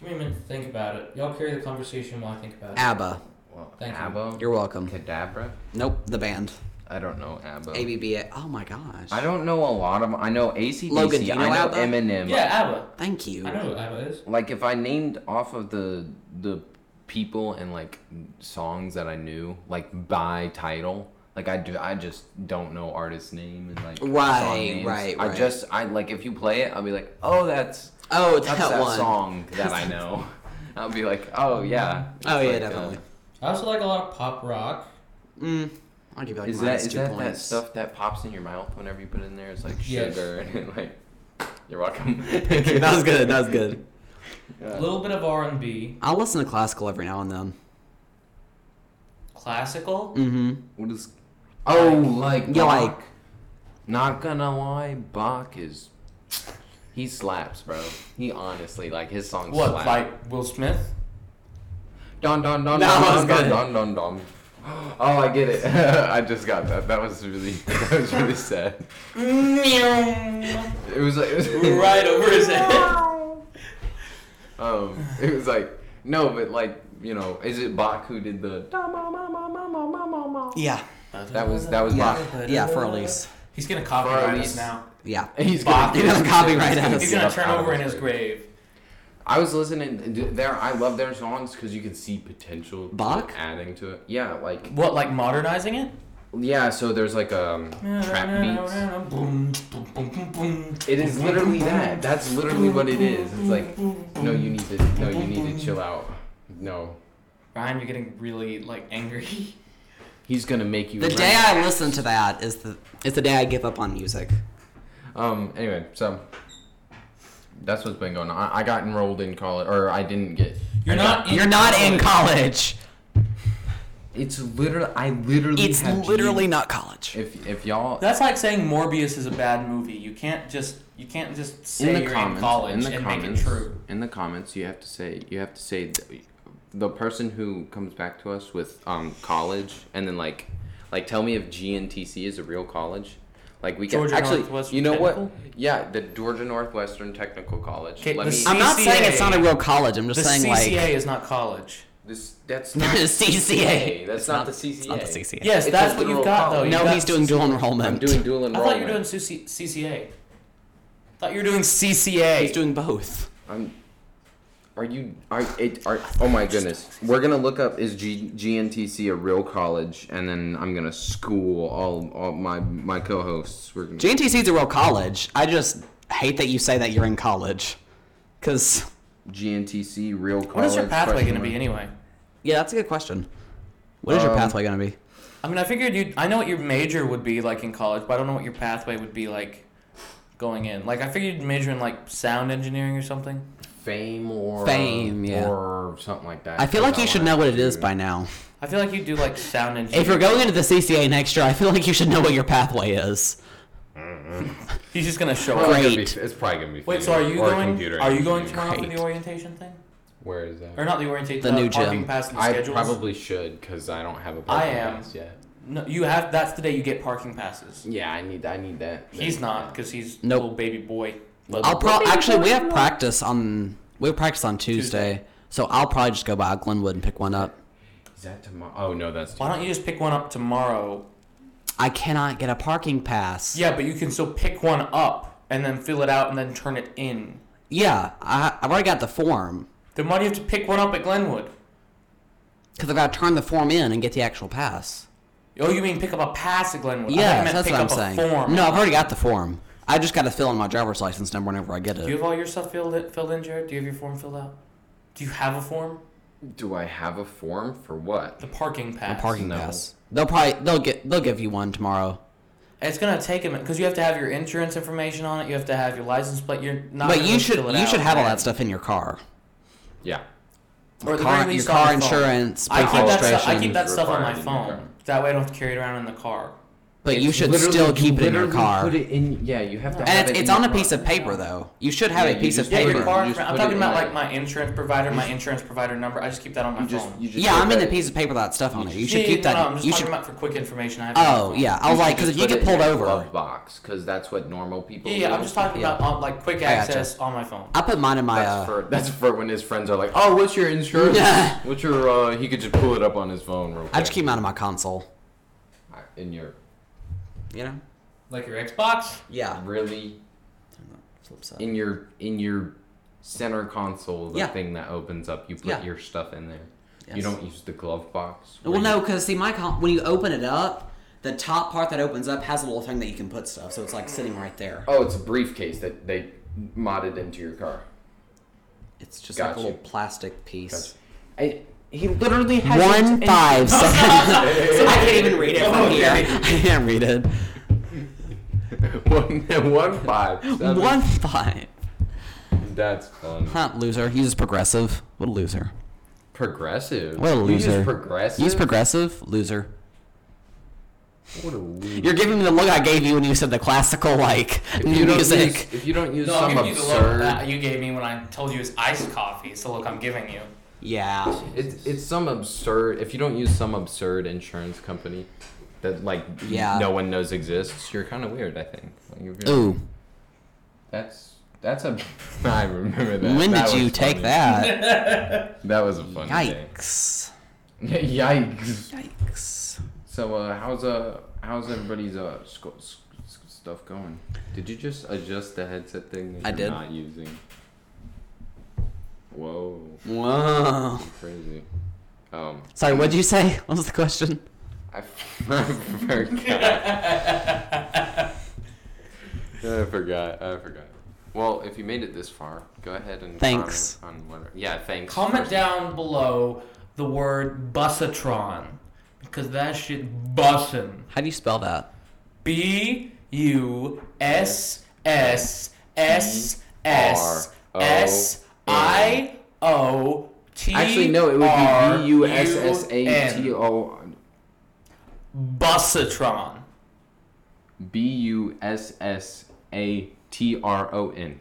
A: Give me a minute to think about it. Y'all carry the conversation while I think about it.
C: ABBA.
B: Well,
A: Thank you.
B: ABBA,
C: You're welcome.
B: Cadabra.
C: Nope, the band.
B: I don't know ABBA.
C: ABBA. Oh my gosh.
B: Uh. I don't know a lot of. I know ACDC.
C: Logan, do you know
B: I know
C: ABBA?
B: Eminem.
A: yeah, ABBA.
C: Thank you.
A: I know what ABBA is.
B: Like if I named off of the the people and like songs that I knew, like by title, like I do, I just don't know artist name and like song
C: Right,
B: names.
C: right,
B: I
C: right.
B: just I like if you play it, I'll be like, oh, that's
C: Oh, that,
B: that's that,
C: one.
B: song that I know. I'll be like, oh yeah. It's
C: Oh yeah,
B: like, uh,
C: definitely.
A: I also like a lot of pop rock.
C: Mm, I'll give you
B: Uh,
C: like
B: is that
C: minus
B: is
C: two
B: that that
C: points.
B: stuff that pops in your mouth whenever you put it in there? It's like
A: Yes.
B: sugar and like. You're welcome.
C: that was good. That was good.
A: A little bit of R and B,
C: I'll listen to classical every now and then.
A: classical.
C: Mm-hmm.
B: What is? Oh, like
C: Yeah,
B: Bach.
C: like-
B: Not gonna lie, Bach is. He slaps, bro. He honestly like his songs.
A: Mm-hmm. What,
B: slap.
A: like Will Smith?
B: Don don don
A: No, I was
B: don don
A: good.
B: don don don don. Oh, I get it. I just got that. That was really, that was really sad.
A: right
B: It was like, it was
A: over his head.
B: Um, it was like no, but like you know, is it Bach who did the?
C: Yeah.
B: That was that was Bach.
C: Yeah. Yeah, for Elise.
A: Uh-huh. He's gonna copyright us
B: Furley's-
A: now.
C: Yeah.
B: He's
A: Bach.
B: gonna,
C: He's gonna copyright us.
A: He's
B: get
A: gonna
B: up
A: turn
B: out of
A: over in
B: his
A: his grave.
B: I was listening d- there. I love their songs because you can see potential to
C: Bach?
B: adding to it. Yeah, like
A: What, like modernizing it?
B: yeah. So there's like um trap beats.
A: beats.
B: It is literally that. That's literally what it is. It's like no, you need to no, you need to chill out. No,
A: Ryan, you're getting really like angry.
B: he's gonna make you.
C: The
B: run.
C: day I listen to that is the it's the day I give up on music.
B: Um. Anyway, so that's what's been going on. I, I got enrolled in college, or I didn't get.
A: You're not.
C: You're not in college.
B: It's literally. I literally.
C: It's
B: have G-
C: literally not college.
B: If if y'all
A: That's like saying Morbius is a bad movie. You can't just you can't just say
B: in the
A: you're
B: comments
A: in college
B: in the
A: and
B: comments
A: make it true.
B: in the comments you have to say you have to say th- the person who comes back to us with um college and then like like tell me if GNTC is a real college. Like we can
A: Georgia
B: actually,
A: Northwestern
B: you know what?
A: Technical?
B: Yeah, the Georgia Northwestern Technical College.
A: Okay,
B: Let
A: the
B: me.
A: C-
C: I'm not saying it's not a real college. I'm
A: The
C: just saying
A: CCA
C: like
A: is not college.
B: this that's
C: the
B: not
C: CCA.
B: That's
C: It's
B: not, the CCA.
C: It's not the CCA.
A: Yes,
B: It's
A: that's
B: a
A: what you've
B: literal
A: got though.
B: college.
A: You've
C: No,
A: got
C: he's doing dual enrollment.
B: I'm doing dual
A: I
B: enrollment.
A: thought you were doing CC CCA. Thought you were doing CCA.
C: He's doing both.
B: I'm. Are you? Are it? Are oh my goodness! We're gonna look up is G, GNTC a real college, and then I'm gonna school all all my my co-hosts. We're gonna,
C: JNTC is a real college. I just hate that you say that you're in college, because
B: GNTC real college.
A: what is your pathway
B: question
A: going to be
B: mark.
A: anyway?
C: yeah, that's a good question. What is your
B: Um,
C: pathway gonna be?
A: I mean, I figured you. I know what your major would be like in college, but I don't know what your pathway would be like going in. Like, I figured you'd major in like sound engineering or something.
B: Fame or
C: Fame, yeah.
B: or something like that.
C: I feel like you should know what it is by
B: now.
C: now.
A: I feel like you'd do like sound engineering.
C: If you're going into the CCA next year, I feel like you should know what your pathway is.
A: he's just gonna show
C: Well,
A: up.
C: Great.
B: It's probably gonna be.
A: Wait,
B: fame
A: so are you
B: or
A: going?
B: computer
A: Are you going
B: engineering.
A: tomorrow for
C: Great.
A: the orientation thing?
B: Where is that?
A: Or not the orientation?
C: The new
A: parking
C: gym.
A: pass and the
B: I
A: schedules.
B: probably should because I don't have a
A: I
B: parking
A: am.
B: pass yet.
A: No, you have. That's the day you get parking passes.
B: Yeah, I need I need that.
A: He's not because he's
C: Nope.
A: a little baby boy.
C: I'll pro- actually we have practice on we have practice on Tuesday, so I'll probably just go by Glenwood and pick one up.
B: Is that tomorrow? Oh no, that's.
A: Why don't you just pick one up tomorrow?
C: I cannot get a parking pass.
A: Yeah, but you can still pick one up and then fill it out and then turn it in.
C: Yeah, I, I've already got the form
A: Then why do you have to pick one up at Glenwood?
C: because I've got to turn the form in and get the actual pass.
A: Oh, you mean pick up a pass at Glenwood? I thought
C: Yeah,
A: you meant
C: that's
A: pick
C: what I'm
A: up a
C: saying.
A: Form.
C: No, I've already got the form. I just got to fill in my driver's license number whenever I get
A: Do you
C: it.
A: have all your stuff filled in, filled in, Jared? Do you have your form filled out? Do you have a form?
B: Do I have a form for what?
A: The parking
C: A
A: pass.
C: parking
B: No.
C: pass. They'll probably they'll get they'll give you one tomorrow.
A: It's gonna take a minute because you have to have your insurance information on it. You have to have your license plate. You're not.
C: but
A: gonna
C: you
A: just
C: should
A: fill it
C: you
A: out
C: should have all
A: then.
C: that stuff in your car.
B: Yeah.
A: Or at the
C: Car-
A: very
C: your
A: least
C: car
A: on your phone.
C: insurance,
A: I
C: bank
A: keep that stuff. I
C: registration.
A: keep that stuff on my
B: Registration is required in your
A: phone. That way I don't have to carry it around in the car.
C: But you
B: It's
C: should
B: literally-
C: still
B: you
C: keep it in your
B: literally
C: car.
B: Put it in. Yeah, you have to. have
C: and
B: it
C: it's,
B: in
C: it's
B: your
C: on a
B: car.
C: piece of paper though. You should have
B: Yeah,
C: a
B: you
C: piece of
B: just-
A: Yeah,
C: paper.
A: your
B: Sure.
A: car.
B: You just
A: I'm
B: put
A: talking
B: it
A: about
B: in
A: like my
B: there.
A: insurance provider, my insurance provider number. I just keep that on my
B: You
A: phone.
B: just, you just
C: yeah, I'm
B: put
C: in the
B: that-
C: piece of paper with that stuff on it. You should
A: Yeah,
C: keep
A: no,
C: that.
A: no, I'm just
C: you
A: talking
C: should.
A: about for quick information. I have it on my
C: Oh
A: phone.
C: yeah, I was like, because if
B: just
C: you
B: put
C: get
B: it in
C: pulled
B: your
C: over,
B: glove box, because that's what normal people.
A: Yeah, yeah,
B: do.
A: I'm just talking about on, like quick
C: gotcha.
A: access on my phone.
C: I put mine in my.
B: That's
C: Uh,
B: for that's for when his friends are like, "Oh, what's your insurance?
C: Yeah.
B: what's your?" uh He could just pull it up on his phone real quick.
C: I just keep mine in my console.
B: in your
C: You know.
A: Like your Xbox.
C: Yeah.
B: really
C: Flip side.
B: in your in your center console, the
C: Yeah.
B: thing that opens up. You put
C: Yeah.
B: your stuff in there. You
C: Yes.
B: don't use the glove box.
C: Well,
B: where
C: no, because see, my con- when you open it up, the top part that opens up has a little thing that you can put stuff, so it's like sitting right there.
B: Oh, it's a briefcase that they modded into your car.
C: It's just
B: got
C: like a little
B: you.
C: plastic piece.
B: I, he literally has
C: One
B: it-
C: five seven. I can't even read it from here. I can't read it.
B: one, one five. Seven.
C: One five.
B: That's fun.
C: Huh, loser. He's just progressive. What a loser.
B: Progressive.
C: What a
B: You use
C: loser.
B: progressive.
C: He's progressive. Loser.
B: What a weird.
C: You're giving me the look I gave you when you said the classical like
B: If you don't use,
C: music.
B: if you don't use
A: No, I'm
B: some
A: giving you the look
B: absurd,
A: that you gave me when I told you it's iced coffee. It's the look I'm giving you.
C: Yeah.
B: it's it's some absurd. If you don't use some absurd insurance company that like
C: Yeah.
B: no one knows exists, you're kind of weird. I think. Like, you're really-
C: Ooh.
B: That's that's a. I remember that.
C: when
B: That
C: did you
B: was
C: take
B: funny.
C: that?
B: That was a funny day.
C: Yikes.
B: Yikes.
C: Yikes.
B: So uh, how's uh how's everybody's uh sc- sc- sc- stuff going? Did you just adjust the headset thing that
C: I
B: you're
C: did.
B: not using? Whoa,
C: Whoa.
B: crazy. Um,
C: Sorry, what did you say? What was the question?
B: I, f- I forgot. I forgot. I forgot. Well, if you made it this far, go ahead and
C: Thanks.
B: comment on whatever. Yeah, thanks.
A: Comment
B: first.
A: down below the word busatron because that shit bussin.
C: How do you spell that?
A: B U S S S S
B: R O
A: S I O T.
B: Actually, no. It
A: E
B: would be B U S S A T
A: R U N.
B: O
A: Busatron.
B: B U S S A T R O N.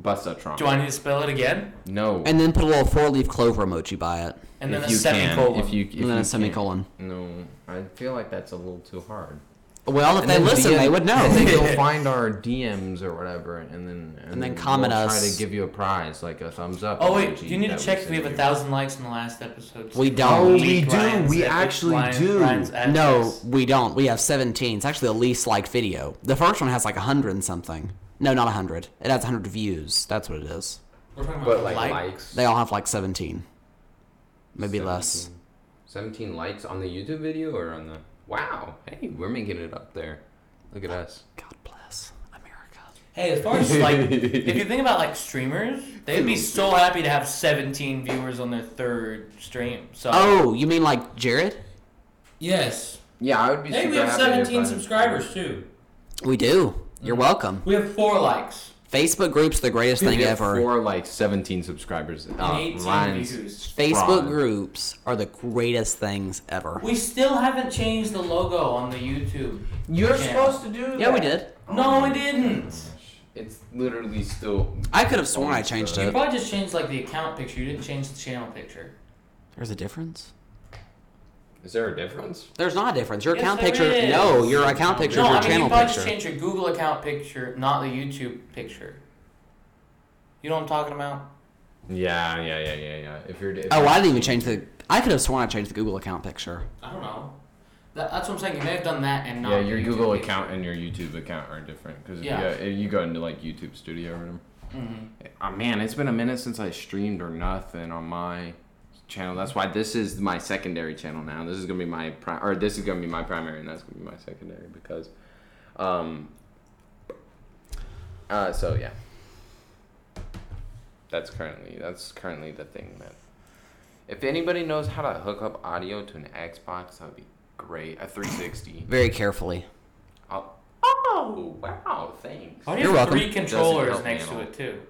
B: Busatron.
A: Do I need to spell it again?
B: No.
C: And then put a little four leaf clover emoji by it.
A: And then a
B: if you can,
A: semicolon.
B: If you, if
C: and
B: you
C: then a
B: can.
C: semicolon.
B: No, I feel like that's a little too hard.
C: Well, if
B: And
C: they
B: then
C: listen,
B: DM
C: they would
B: And then
C: know.
B: you'll find our DMs or whatever, and then and,
C: then comment
B: we'll Try
C: us.
B: to give you a prize, like a thumbs up.
A: Oh wait,
B: emoji
A: do you need to
B: that
A: check if
B: send
A: we have a
B: you.
A: thousand likes in the last episode?
C: We don't. Oh,
B: we do, we
A: epic-
B: actually
A: Ryan's-
B: do.
A: Ryan's epics.
C: No, we don't. We have 17. It's actually the least liked video. The first one has like 100 and something. No, not 100. It has 100 views. That's what it is.
A: We're talking
B: But like
A: like-
B: likes,
C: They all have like 17. Maybe less.
B: 17. Seventeen likes on the YouTube video or on the. Wow, hey, we're making it up there. Look at us.
C: God bless America.
A: Hey, as far as like, if you think about like streamers, they'd be so happy to have 17 viewers on their third stream. So.
C: Oh, you mean like Jared?
A: Yes.
B: Yeah, I would be.
A: Hey,
B: super
A: we have
B: happy if
A: 17
B: I-
A: subscribers too.
C: We do. You're welcome.
A: We have four likes.
C: Facebook group's the greatest thing
B: We have
C: ever.
B: Four like seventeen subscribers.
C: Oh,
B: Uh,
A: 18
B: Ryan's
A: views.
C: Facebook
B: fraud.
C: groups are the greatest things ever.
A: We still haven't changed the logo on the YouTube.
B: You're
A: channel.
B: supposed to do that.
C: Yeah, we did.
A: No, we didn't.
B: It's literally still.
C: I could have sworn I changed
A: You
C: it.
A: probably just changed like the account picture. You didn't change the channel picture.
C: There's a difference?
B: Is there a difference?
C: There's not a difference. Your
A: Yes,
C: account
A: there
C: picture.
A: is.
C: No, your account picture
A: no,
C: is your
A: I mean you
C: channel
A: probably
C: picture.
A: just changed your Google account picture, not the YouTube picture. You know what I'm talking about?
B: Yeah, yeah, yeah, yeah, yeah. If you're. If
C: Oh,
B: you're-
C: I didn't even change the. I could have sworn I changed the Google account picture.
A: I don't know. That, that's what I'm saying. You may have done that and not.
B: Yeah,
A: the
B: your
A: YouTube
B: Google
A: picture.
B: account and your YouTube account are different because
A: Yeah. Mm-hmm.
B: if, you go- if you go into like YouTube Studio or whatever. Oh man, it's been a minute since I streamed or nothing on my channel. That's why this is my secondary channel now. This is gonna be my pri- or this is gonna be my primary and that's gonna be my secondary because, um. Uh, so yeah. That's currently that's currently the thing that. If anybody knows how to hook up audio to an Xbox, that'd be great. A 360.
C: Very carefully.
B: Oh, oh wow, thanks.
A: Why do you
C: You're
A: have
C: welcome.
A: three controllers
B: help me
A: next
B: at
A: to
B: all.
A: it too?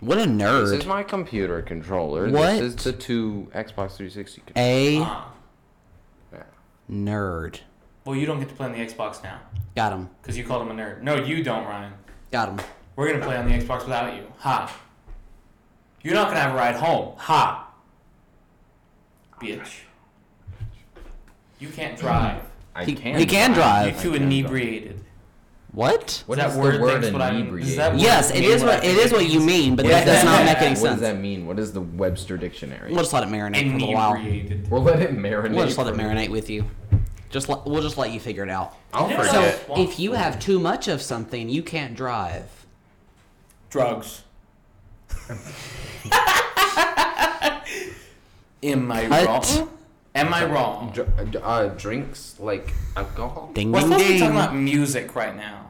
C: What a
B: This is
C: nerd.
B: my computer controller.
C: What?
B: This is the two Xbox 360 controllers.
C: A
A: Ah.
C: nerd.
A: Well, you don't get to play on the Xbox now
C: Got him.
A: because you called him a nerd. No, you don't, Ryan.
C: Got him.
A: We're gonna play on the Xbox without you. Ha. You're not gonna have a ride home. Ha. Bitch. You can't drive.
B: I
C: He- he can
A: You
C: drive.
A: too inebriated.
C: What?
B: What
A: That
B: is the
A: word
B: word
A: thinks what I'm- does
B: inebriated?
A: that word
C: Yes, it
A: mean
C: is
A: I
C: what it
A: think
C: is what you mean, but that
A: does
C: does not
A: that-
C: make any
B: What does
C: sense.
B: that mean? What is the Webster dictionary?
C: We'll just let it marinate for a little while.
A: Inebriated.
B: We'll let it marinate.
C: We'll just let it
B: for-
C: marinate with you. Just let, we'll just let you figure it out.
B: I'll
A: Yeah.
C: So
B: forget.
A: Yeah.
C: if you have too much of something, you can't drive.
A: Drugs. Am I
C: What?
A: wrong? Am I wrong?
B: Dr- d- uh, drinks like alcohol,
C: Ding
A: We're
C: ding
A: supposed to be
C: ding.
A: talking about music right now.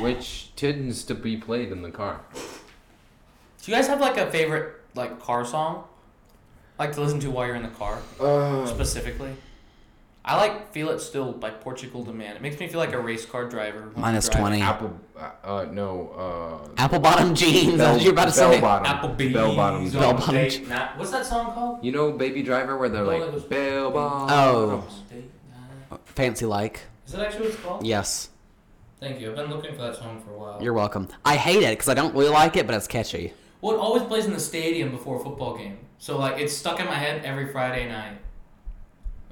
B: which tends to be played in the car.
A: Do you guys have like a favorite like car song? Like to listen to while you're in the car
C: Uh,
A: specifically? I like "Feel It Still" by Portugal de Man. It makes me feel like a race car driver. when I'm
C: Minus
A: driving.
C: twenty.
B: Apple. Uh, uh, no. Uh,
C: Apple bottom jeans. That's what you're about to say.
B: bottom.
A: Applebee's.
B: Bell bottoms.
A: on
C: Bell
A: a
C: bottoms.
A: date night. What's that song called?
B: You know Baby Driver where they're
A: No,
B: like
A: it was-
B: bell
C: Oh.
B: bottoms.
A: Date night.
C: Fancy like.
A: Is that actually what it's called?
C: Yes.
A: Thank you. I've been looking for that song for a while.
C: You're welcome. I hate it because I don't really like it, but it's catchy.
A: Well, it always plays in the stadium before a football game. So, like, it's stuck in my head every Friday night.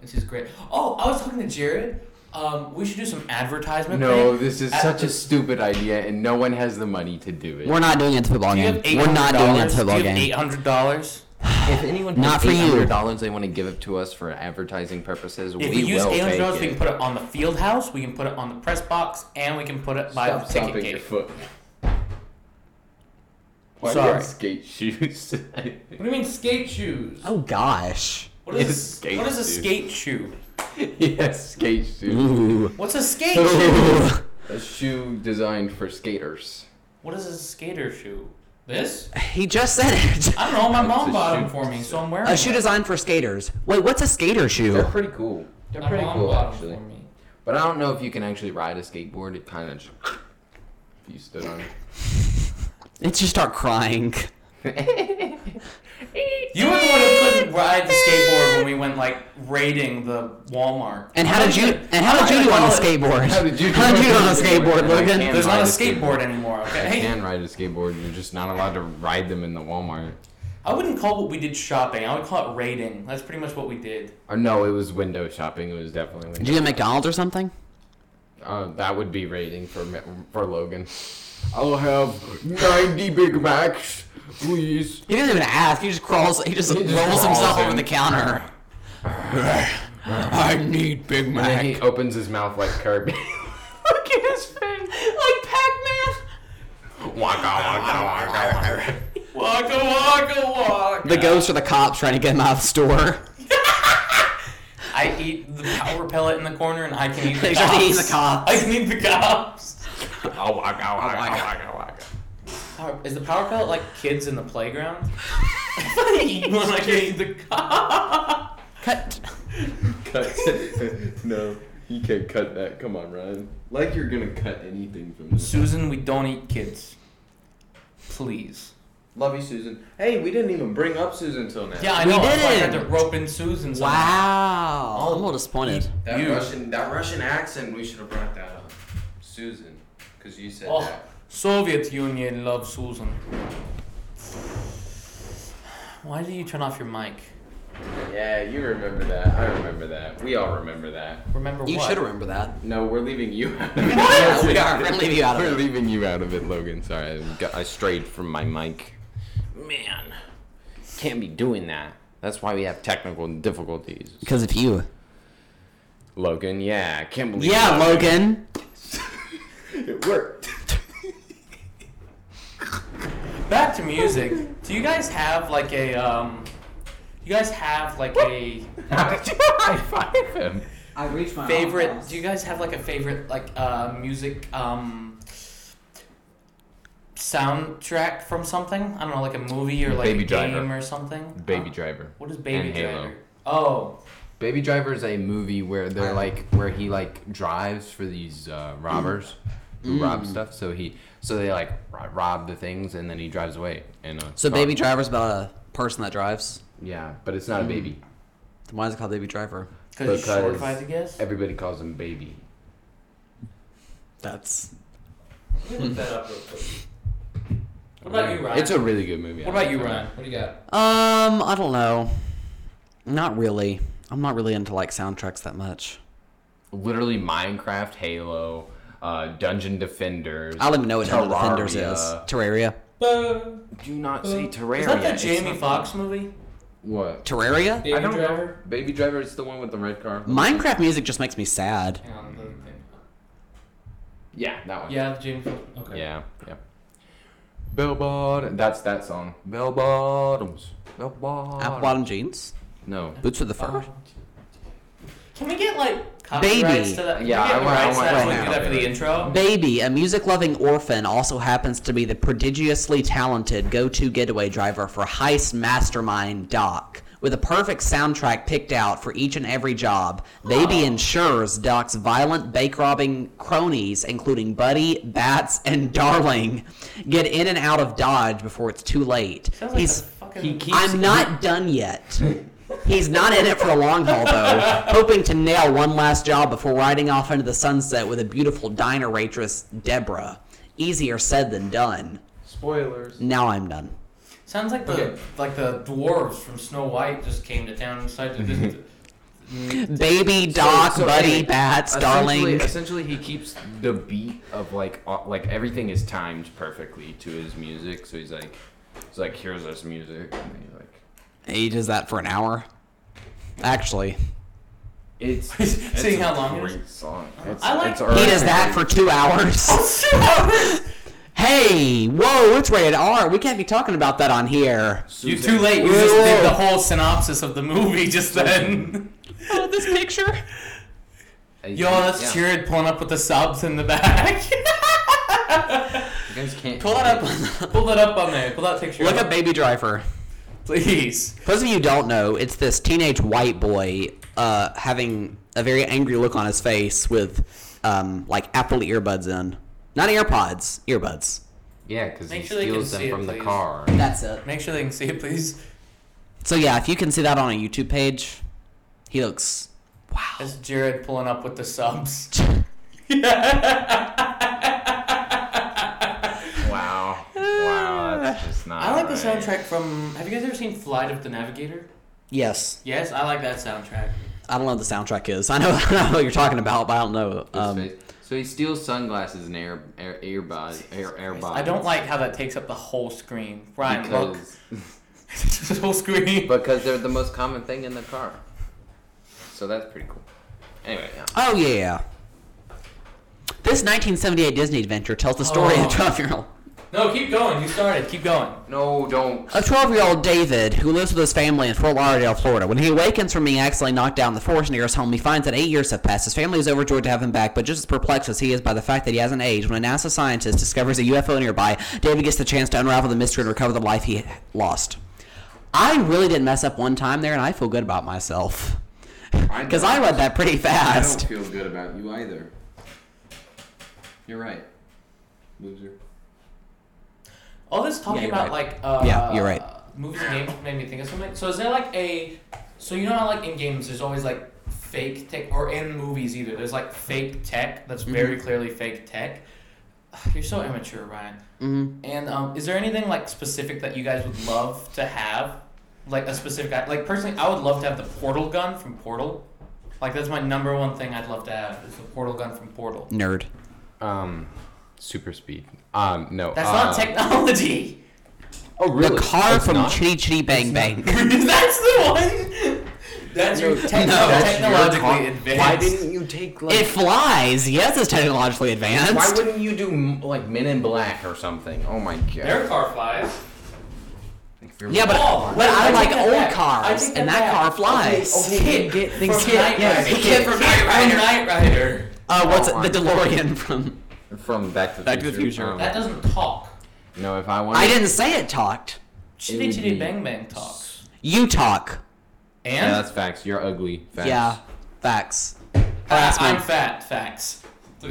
A: This is great. Oh, I was talking to Jared. Um, we should do some advertisement.
B: No,
A: thing.
B: this is
A: At
B: such a
A: the-
B: stupid idea, and no one has the money to do it.
C: We're not doing it at the football
A: Do you
C: game.
A: have
C: We're not doing it at the football
A: Eight
C: game.
A: hundred dollars.
B: If anyone
C: Not
B: has
C: for you.
B: dollars they want to give it to us for advertising purposes,
A: If
B: we
A: we use
B: will
A: eight hundred dollars,
B: take
A: we can
B: it.
A: put it on the field house. We can put it on the press box, and we can put it by
B: Stop
A: the ticket
B: stomping your
A: gate.
B: foot. Why do you
A: Sorry.
B: have skate shoes?
A: What do you mean skate shoes?
C: Oh gosh.
A: What is,
B: It's skate
A: what is a
B: shoes.
A: skate shoe?
B: yes, skate shoes.
C: Ooh.
A: What's a skate shoe?
B: A shoe designed for skaters.
A: What is a skater shoe? This?
C: he just said it.
A: I don't know. My
B: It's
A: mom
B: a
A: bought
B: shoe.
A: them for me, so I'm wearing.
C: A shoe
A: them.
C: designed for skaters. Wait, what's a skater
B: They're
C: shoe?
B: pretty cool. They're
A: My
B: pretty
A: mom
B: cool,
A: bought 'em
B: actually.
A: for me.
B: But I don't know if you can actually ride a skateboard. It kind of just. If you stood on it.
C: It's just start crying.
A: You were the one who couldn't ride the skateboard when we went like raiding the Walmart.
C: And how did you? And how did you do on the skateboard?
B: How did you do
C: How did you do on
B: on
C: the
B: the skateboard?
C: skateboard,
B: And I can't-
C: Logan?
A: There's not a
B: ride a skateboard.
A: skateboard anymore.
B: I
A: Okay.
B: can ride a skateboard. You're just not allowed to ride them in the Walmart.
A: I wouldn't call what we did shopping. I would call it raiding. That's pretty much what we did.
B: Or Uh, no, it was window shopping. It was definitely
C: Did
B: window.
C: you do McDonald's or something?
B: Uh, that would be rating for me- for Logan. I'll have ninety Big Macs, please.
C: He doesn't even ask. He just crawls. He just
B: He just
C: rolls himself
B: crawls in.
C: over the counter. I need Big
B: And then he opens his mouth like Kirby. Look at his face.
A: Like Pac-Man.
B: Waka waka waka.
A: Waka waka waka.
C: The ghosts or the cops trying to get him out of the store.
A: I eat the power pellet in the corner, and I can eat the
C: They
A: cops.
C: try to eat the cops.
A: I can eat the cops.
B: Waka waka waka waka.
A: Power- Is the power pellet like kids in the playground? if I eat one, I can eat the cops.
C: Cut.
B: Cut. no, you can't cut that. Come on, Ryan. Like you're gonna cut anything from this.
A: Susan, we don't eat kids. Please.
B: Love you, Susan. Hey, we didn't even bring up Susan till now.
A: Yeah, I
C: We
A: know. That's why I
C: didn't.
A: had to rope in Susan. somehow.
C: Wow. I'm a little disappointed.
B: That
A: You.
B: Russian, that Russian accent, we should have brought that up, Susan, because you said
A: Oh,
B: that.
A: Soviet Union love Susan. Why did you turn off your mic?
B: Yeah, you remember that. I remember that. We all remember that.
A: Remember
C: You
A: what?
C: should remember that.
B: No, we're leaving you out of it.
C: Yeah, we are. We're gonna leave you out of
B: We're
C: it.
B: leaving you out of it, Logan. Sorry, I, got, I strayed from my mic. Man, can't be doing that. That's why we have technical difficulties.
C: Because of you.
B: Logan, yeah, I can't believe.
C: Yeah, Logan.
B: it worked.
A: Back to music. Do you guys have like a um? You guys have like a
B: How did you high five him?
C: I reached my
A: Oh, favorite? Do you guys have like a favorite like uh music um? Soundtrack from something? I don't know, like a movie or like
B: Baby
A: a
B: Driver.
A: game or something.
B: Baby
A: Huh?
B: Driver.
A: What is Baby
B: And Halo.
A: Driver? Oh,
B: Baby Driver is a movie where they're like where he like drives for these uh, robbers who rob stuff. So he so they like ro- rob the things and then he drives away. And uh,
C: So Baby Driver's about a person that drives.
B: Yeah, but it's not a baby.
C: Then Why is it called Baby Driver?
A: because he's short,
B: Because-
A: if I had to guess.
B: Everybody calls him baby.
C: That's
A: Let me look that up real quick. What about you, Ryan?
B: It's a really good movie.
A: What about you, Ryan? What do you got?
C: Um, I don't know. Not really. I'm not really into like soundtracks that much.
B: Literally Minecraft, Halo, uh, Dungeon Defenders.
C: I don't even know what Hell of the Fenders is.
B: Terraria.
C: Terraria.
B: Do not say Terraria.
A: Uh, Is that that
B: It's
A: Jamie
B: not-
A: Foxx movie?
B: What?
C: Terraria?
B: I don't know. Baby Driver is the one with the red car.
C: Minecraft music just makes me sad.
A: Hang on, the thing.
B: Yeah, that one.
A: Yeah, the Jamie Foxx. Okay.
B: Yeah, yeah. Bell bottom. That's that song. Bell bottoms. Bell
C: Apple
B: bottoms.
C: bottom jeans,
B: No.
C: boots with the fur.
A: Um, Can we get like
C: Baby.
A: copyrights to that? Can
B: Yeah,
A: we get
B: I want- I
A: rights to
B: want-
A: that so
C: right
A: we can do
B: now.
A: that for the intro.
C: Baby, a music loving orphan, also happens to be the prodigiously talented go to getaway driver for heist mastermind Doc. With a perfect soundtrack picked out for each and every job, Baby ensures Doc's violent bank robbing cronies, including Buddy, Bats, and Darling, get in and out of Dodge before it's too late.
A: Sounds like
C: He's.
A: a fucking.
B: He keeps.
C: I'm not done yet. He's not in it for the long haul, though, hoping to nail one last job before riding off into the sunset with a beautiful diner waitress, Deborah. Easier said than done.
E: Spoilers.
C: Now I'm done.
A: Sounds like the like the dwarves from Snow White just came to town and decided to visit.
C: Baby, Doc,
B: so,
C: Buddy,
B: okay,
C: Bats,
B: Essentially,
C: Darling.
B: essentially, he keeps the beat of like uh, like everything is timed perfectly to his music. So he's like, he's like, here's this music, and he's like,
C: He does that for an hour. Actually,
B: it's
A: Seeing
B: it's
A: how
B: a
A: long it is.
B: great song. It's,
A: I like-
B: it's
A: He
C: he
B: already
C: does that for
B: great.
C: two hours. Hey, whoa, it's rated R. We can't be talking about that on here.
A: You're
B: Suzanne-
A: too late. You just did the whole synopsis of the movie just then.
C: Oh, this picture?
A: Yo, that's
B: yeah.
A: Jared pulling up with the subs in the back.
B: You guys can't
A: pull it up. Pull that up on there. Pull that picture.
C: Look
A: up,
C: at Baby Driver.
A: please.
C: For those of you who don't know, it's this teenage white boy uh, having a very angry look on his face with um, like Apple earbuds in. Not AirPods, earbuds.
B: Yeah, because he
A: Make sure they can
B: steals
A: see
B: them
A: it,
B: from the
A: please.
B: car.
C: That's it.
A: Make sure they can see it, please.
C: So yeah, if you can see that on a YouTube page, he looks wow.
A: That's Jared pulling up with the subs.
B: Wow, wow, that's just not.
A: I like the
B: right.
A: soundtrack from. Have you guys ever seen Flight of the Navigator?
C: Yes,
A: Yes, I like that soundtrack.
C: I don't know what the soundtrack is. I know I know what you're talking about, but I don't know.
B: His
C: Um,
B: face. So he steals sunglasses and air, air earbuds, air airbuds.
A: I don't like how that takes up the whole screen. Ryan, look.
B: because
A: the whole screen.
B: because they're the most common thing in the car. So that's pretty cool. Anyway, yeah.
C: oh yeah. This 1978 Disney adventure tells the story of
A: Oh.
C: a 12 year old
A: No, keep going. You started. Keep going.
B: no, don't.
C: A 12 year old David, who lives with his family in Fort Lauderdale, Florida. When he awakens from being accidentally knocked down in the forest near his home, he finds that eight years have passed. His family is overjoyed to have him back, but just as perplexed as he is by the fact that he hasn't aged, when a NASA scientist discovers a UFO nearby, David gets the chance to unravel the mystery and recover the life he lost. I really didn't mess up one time there, and I feel good about myself. Because I read that pretty
B: I
C: fast.
B: don't feel good about you either. You're right, loser.
A: All this talking
C: Yeah, you're
A: about
C: right.
A: like uh,
C: Yeah, you're right.
A: Movies and games made me think of something. So is there like a so you know how like in games there's always like fake tech or in movies either there's like fake tech
C: Mm-hmm.
A: that's very clearly fake tech. You're so immature, Ryan.
C: Mhm.
A: And um, is there anything like specific that you guys would love to have? Like a specific like personally, I would love to have the portal gun from Portal. Like that's my number one thing I'd love to have is the portal gun from Portal.
C: Mm-hmm. Nerd.
B: Um, super speed. Um, no.
A: That's
B: uh,
A: not technology.
B: Oh, really?
C: The car
B: It's
C: from
B: not?
C: Chitty Chitty Bang Bang.
A: That's the one. That's your techno-
C: no, that's
A: technologically
B: your car.
A: advanced.
B: Why didn't you take like?
C: it flies. Yes, it's technologically advanced.
B: why wouldn't you do m- like Men in Black or something? Oh my god.
A: their car flies?
C: Yeah, but,
A: Oh,
C: but I,
A: I take
C: like
A: that
C: old
A: back. I
C: cars,
A: take
C: and
A: that
C: that car
A: back.
C: flies.
A: Kid
C: things
A: from
C: kid,
A: Knight
C: yes,
A: Rider.
C: kid from Knight Rider.
A: Knight Rider.
C: Uh, what's
B: Oh,
C: it, the DeLorean from?
B: From Back to the
C: Back to
B: Future.
C: the Future.
B: Um,
A: That doesn't talk.
B: no, if I want.
C: I didn't say it talked.
A: Chitty
B: would
A: Chitty
B: be-
A: Bang Bang talks.
C: You talk.
A: And
B: Yeah, that's facts. You're ugly. Facts.
C: Yeah, facts.
A: I, I'm
C: Harassment.
A: fat. Facts.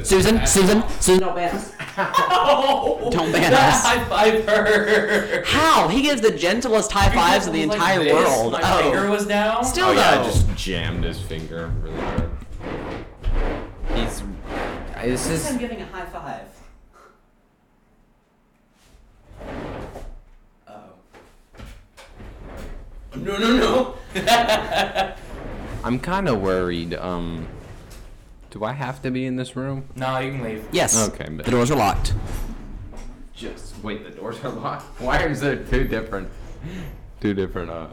C: Susan, Susan, Susan. Don't ban
A: Oh,
C: Don't ban
A: that
C: us.
A: High five her.
C: How he gives the gentlest high fives in the
A: Like
C: entire
A: this,
C: world.
A: My
C: oh,
A: finger was down.
C: still
B: Oh yeah, I
C: though.
B: just jammed his finger really hard. He's. This is.
C: giving a high five.
B: Oh.
A: No, no, no.
B: I'm kind of worried. Um. Do I have to be in this room?
A: no, you can leave.
C: Yes.
B: Okay, but-
C: The doors are locked.
B: Just wait. The doors are locked. Why is there two different? Two different uh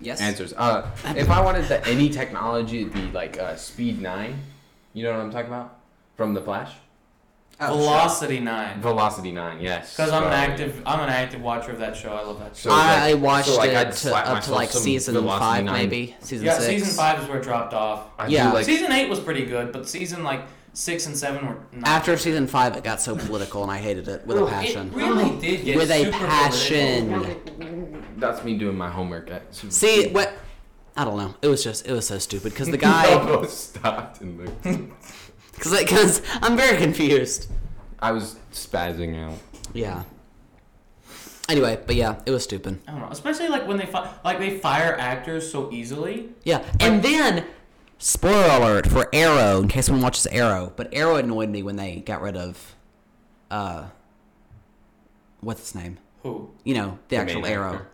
C: Yes.
B: answers. Uh, if I wanted the, any technology, it'd be like uh, Speed Nine. You know what I'm talking about? From the Flash.
A: Oh. Velocity nine.
B: Velocity Nine. Yes.
A: Because I'm an
B: Sorry.
A: active, I'm an active watcher of that show. I love that show.
B: So, like-
C: I watched
B: so, like,
C: it
B: I'd
C: to,
B: slap
C: up to
B: myself
C: like
B: some
C: season
B: Velocity
C: five,
B: Nine.
C: maybe season
A: yeah,
C: six.
A: season five is where it dropped off.
B: I'd
C: Yeah.
B: Do, like,
A: season eight was pretty good, but season like six and seven were not.
C: After season five, it got so political, and I hated it with a passion.
A: It really did get
C: with a
A: super
C: passion.
A: political.
B: that's me doing my homework. At Super
C: See what? I don't know. It was just it was so stupid because the
B: I
C: guy
B: both stopped and looked.
C: because because I'm very confused.
B: I was spazzing out.
C: Yeah. Anyway, but yeah, it was stupid.
A: I don't know, especially like when they fi- like they fire actors so easily.
C: Yeah, and then spoiler alert for Arrow in case someone watches Arrow, but Arrow annoyed me when they got rid of uh what's his name?
A: Who?
C: You know, the,
B: The
C: actual
B: main
C: Arrow.
B: actor.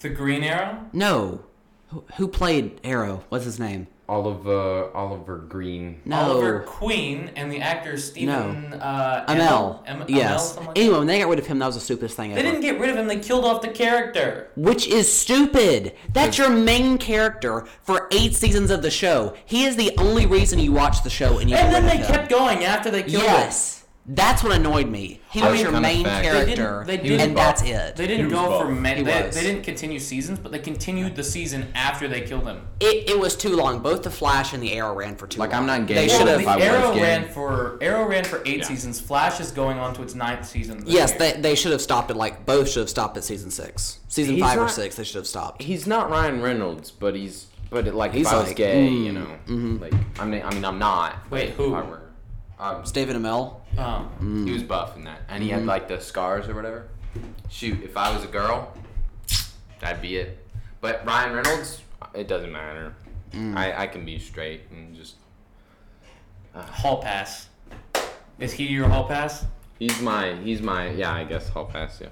A: The Green Arrow?
C: No. Who, who played Arrow? What's his name?
B: Oliver Oliver Green.
C: No.
A: Oliver Queen and the actor Stephen uh,
C: Amel.
A: Am- Amell,
C: yes.
A: something like that.
C: anyway, when they got rid of him, that was the stupidest thing
A: They
C: ever.
A: didn't get rid of him. They killed off the character.
C: Which is stupid. That's your main character for eight seasons of the show. He is the only reason you watch the show, and you.
A: And
C: get
A: then
C: rid
A: they
C: of him.
A: kept going after they killed
C: Yes, that's what annoyed me. He
B: I
C: was
B: was
C: your
B: kinda
C: main
B: fagged. They
A: didn't-
C: character,
A: they didn't
C: and
A: buff-
C: that's
A: him.
C: it.
A: They didn't
D: was
A: go for
D: buff.
A: many.
C: He
A: They,
C: was.
A: they didn't continue seasons, but they continued the season after they killed him.
C: it. It was too long. Both the Flash and the Arrow ran for too
B: Like,
C: long.
B: I'm not
C: They
B: gay,
C: should
B: but
C: have.
B: if I
A: the
B: was
A: Arrow
B: gay.
A: ran for Arrow ran for eight
B: Yeah.
A: seasons. Flash is going on to its ninth season. This
C: Yes,
A: year.
C: they, they should have stopped at like both should have stopped at season six, season
B: He's
C: five or
B: not-
C: six. They should have stopped.
B: He's not Ryan Reynolds, but he's but it, like
C: He's
B: if I was
C: like,
B: gay,
C: mm,
B: you know, like I'm I mean I'm not. but
A: Wait,
B: if
A: who?
B: I were, um,
C: Stephen Amell.
A: Um,
C: Mm.
B: He was buff in that, and he
C: Mm-hmm.
B: had like the scars or whatever. Shoot, if I was a girl, that'd be it. But Ryan Reynolds, it doesn't matter.
C: Mm.
B: I, I can be straight and just
A: Hall pass. Is he your hall pass?
B: he's my he's my yeah I guess I'll pass you.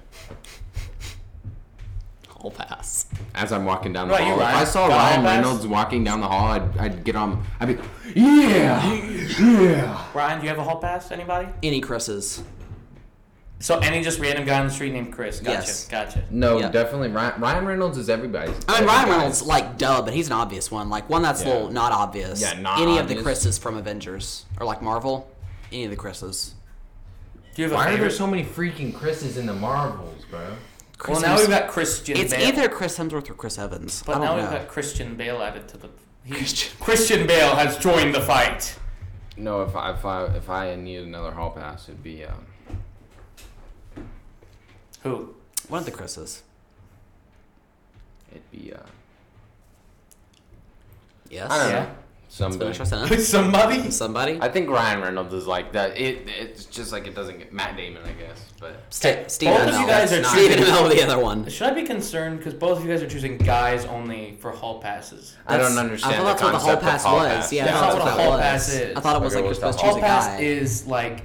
C: I'll pass.
B: As I'm walking down the
A: Right, you
B: hall, if
A: Ryan.
B: I saw
A: Got Hall
B: Ryan
A: Pass?
B: Reynolds walking down the hall, I'd, I'd get on. I'd be yeah yeah.
A: Brian, do you have a hall pass? Anybody?
C: Any Chris's?
A: So any just random guy on the street named Chris. Gotcha.
C: Yes.
A: Gotcha.
B: No,
C: Yeah.
B: definitely Ryan, Ryan Reynolds is everybody's.
C: I mean, Ryan
B: everybody's.
C: Reynolds, like, duh, but he's an obvious one. Like, one that's a
B: Yeah.
C: little not obvious.
B: Yeah, not
C: Any of the
B: obvious.
C: Chris's from Avengers. Or, like, Marvel. Any of the Chris's.
A: Do you have a
B: Why are there
A: favorite?
B: so many freaking Chris's in the Marvels, bro?
A: well,
C: Chris
A: now
C: Hems-
A: we've got Christian.
C: It's
A: Bale.
C: either Chris Hemsworth or Chris Evans. I
A: But
C: don't
A: now
C: know.
A: we've got Christian Bale added to the. He,
C: Christian-
A: Christian. Bale has joined the fight.
B: No, if I if I if I needed another hall pass, it'd be um,
A: Who?
C: One of the Chris's.
B: it'd be uh,
C: Yes.
B: I don't
A: Yeah.
B: know
C: Finish
B: somebody.
C: our sentence.
A: Somebody?
C: Somebody.
B: I think Ryan Reynolds is like that. It it's just like it doesn't get Matt Damon, I guess. But
C: Ste- Steven
A: Both of you
C: Amell.
A: guys are
C: Not- Steven
A: cheating.
C: Amell, the other one.
A: Should I be concerned because both of you guys are choosing guys only for hall passes?
B: I
C: That's-
B: don't understand.
C: I thought
B: the
C: that's what the
B: concept
C: whole
B: of
C: pass
B: hall
C: was.
B: pass.
C: Yeah,
A: That's
C: I thought
A: not
C: that's
A: what a
C: it
A: hall
C: was.
A: pass is.
C: I thought it was
B: Okay,
C: like you're
B: what's the
C: supposed to
B: hall
C: choose
A: Hall
C: a
A: pass
C: guy.
A: is like.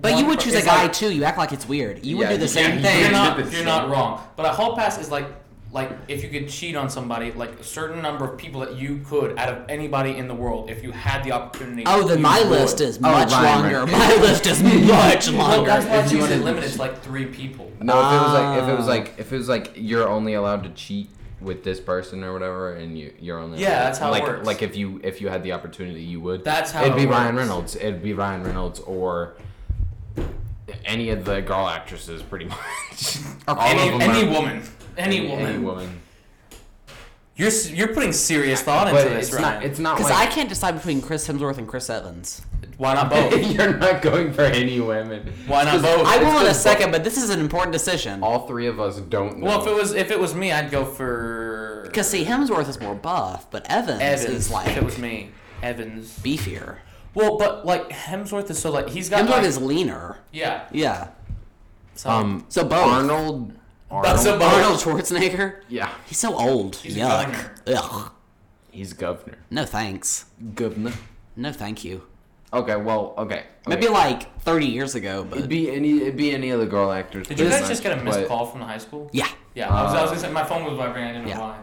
C: But
A: one
C: you would
A: per-
C: choose a
A: it's
C: guy
A: like-
C: too. You act like it's weird. You would
B: Yeah,
C: do the
B: you
C: same
B: can't-
C: thing.
A: You're
B: did
A: not,
B: the
A: you're
B: same.
A: not wrong. But a hall pass is like like if you could cheat on somebody, like a certain number of people that you could out of anybody in the world, if you had the opportunity.
C: Oh, then
A: you
C: my
A: would.
C: list is much
B: Ryan
C: longer.
B: Reynolds.
C: My list is much
A: Well,
C: longer.
A: that's why
B: If you
A: she's
B: wanted to
A: limited
B: cheat.
A: to like three people.
B: No, if it was like if it was
C: Ah.
B: like if it was like you're only allowed to cheat with this person or whatever, and you you're only
A: Yeah,
B: allowed-
A: that's how it
B: like,
A: works.
B: Like if you if you had the opportunity, you would.
A: That's how
B: it'd
A: it
B: be Ryan
A: works.
B: Reynolds. It'd be Ryan Reynolds or any of the girl actresses, pretty much. All
A: any
B: of them
A: any
B: are-
A: woman. Any, woman.
B: Any woman.
A: You're s- you're putting serious thought
B: But
A: into this,
B: it's
A: right?
B: not. It's not
C: Because
B: like
C: I can't decide between Chris Hemsworth and Chris Evans.
A: Why not both?
B: You're not going for any women.
A: Why not both?
C: I will in a
B: just-
C: second, but this is an important decision.
B: All three of us don't know.
A: well, if it was if it was me, I'd go for
C: Because see, Hemsworth is more buff, but Evans,
A: Evans.
C: is
A: If
C: like
A: it was me, Evans.
C: beefier.
A: Well, but like Hemsworth is so like he's got
C: Hemsworth
A: like,
C: is leaner.
A: yeah.
C: Yeah.
A: So,
B: um,
C: So both.
B: Arnold. Arnold.
A: That's a-
C: Arnold Schwarzenegger.
B: yeah,
C: He's so old.
A: He's a
C: Yuck. Ugh.
B: he's governor.
C: No thanks.
B: Governor.
C: No thank you.
A: Oh,
B: Okay. Well. Okay.
C: Maybe
B: okay.
C: like 30 years ago,
B: It'd
C: but
B: be any. It'd be any of the girl actors.
A: did you
B: pretty
A: guys just
B: much,
A: get a missed
B: but-
A: call from the high school?
C: yeah.
A: Yeah, I was, I was gonna say my phone was vibrating. I didn't know
C: Yeah.
A: why.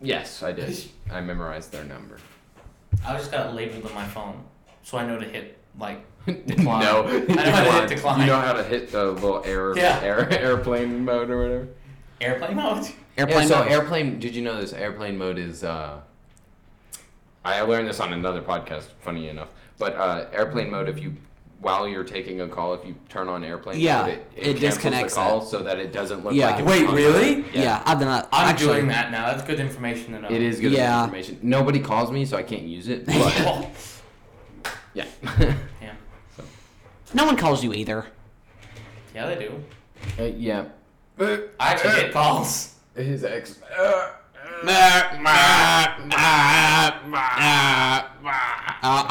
B: Yes, I did. I memorized their number.
A: I just got it labeled on my phone, so I know to hit like
B: No,
A: decline. I know how to hit decline.
B: You know how to hit the little air,
A: Yeah.
B: air airplane mode or whatever.
A: airplane mode.
C: Airplane.
B: yeah, so
C: mode.
B: airplane. Did you know this? Airplane mode is. Uh, I learned this on another podcast. Funny enough, but uh, airplane mode. If you while you're taking a call, if you turn on airplane
C: Yeah,
B: mode,
C: it
B: cancels
C: disconnects
B: the call so that it doesn't look
C: Yeah.
B: like. It
A: Wait, really?
C: yeah. I've done that.
A: I'm
C: actually,
A: doing that now. That's good information to know.
B: It is good
C: Yeah.
B: information. Nobody calls me, so I can't use it. But
A: Oh,
B: yeah.
A: yeah.
C: No one calls you either.
A: Yeah, they do.
B: Uh, yeah.
A: I actually get calls.
B: Uh, His ex.
C: Uh, I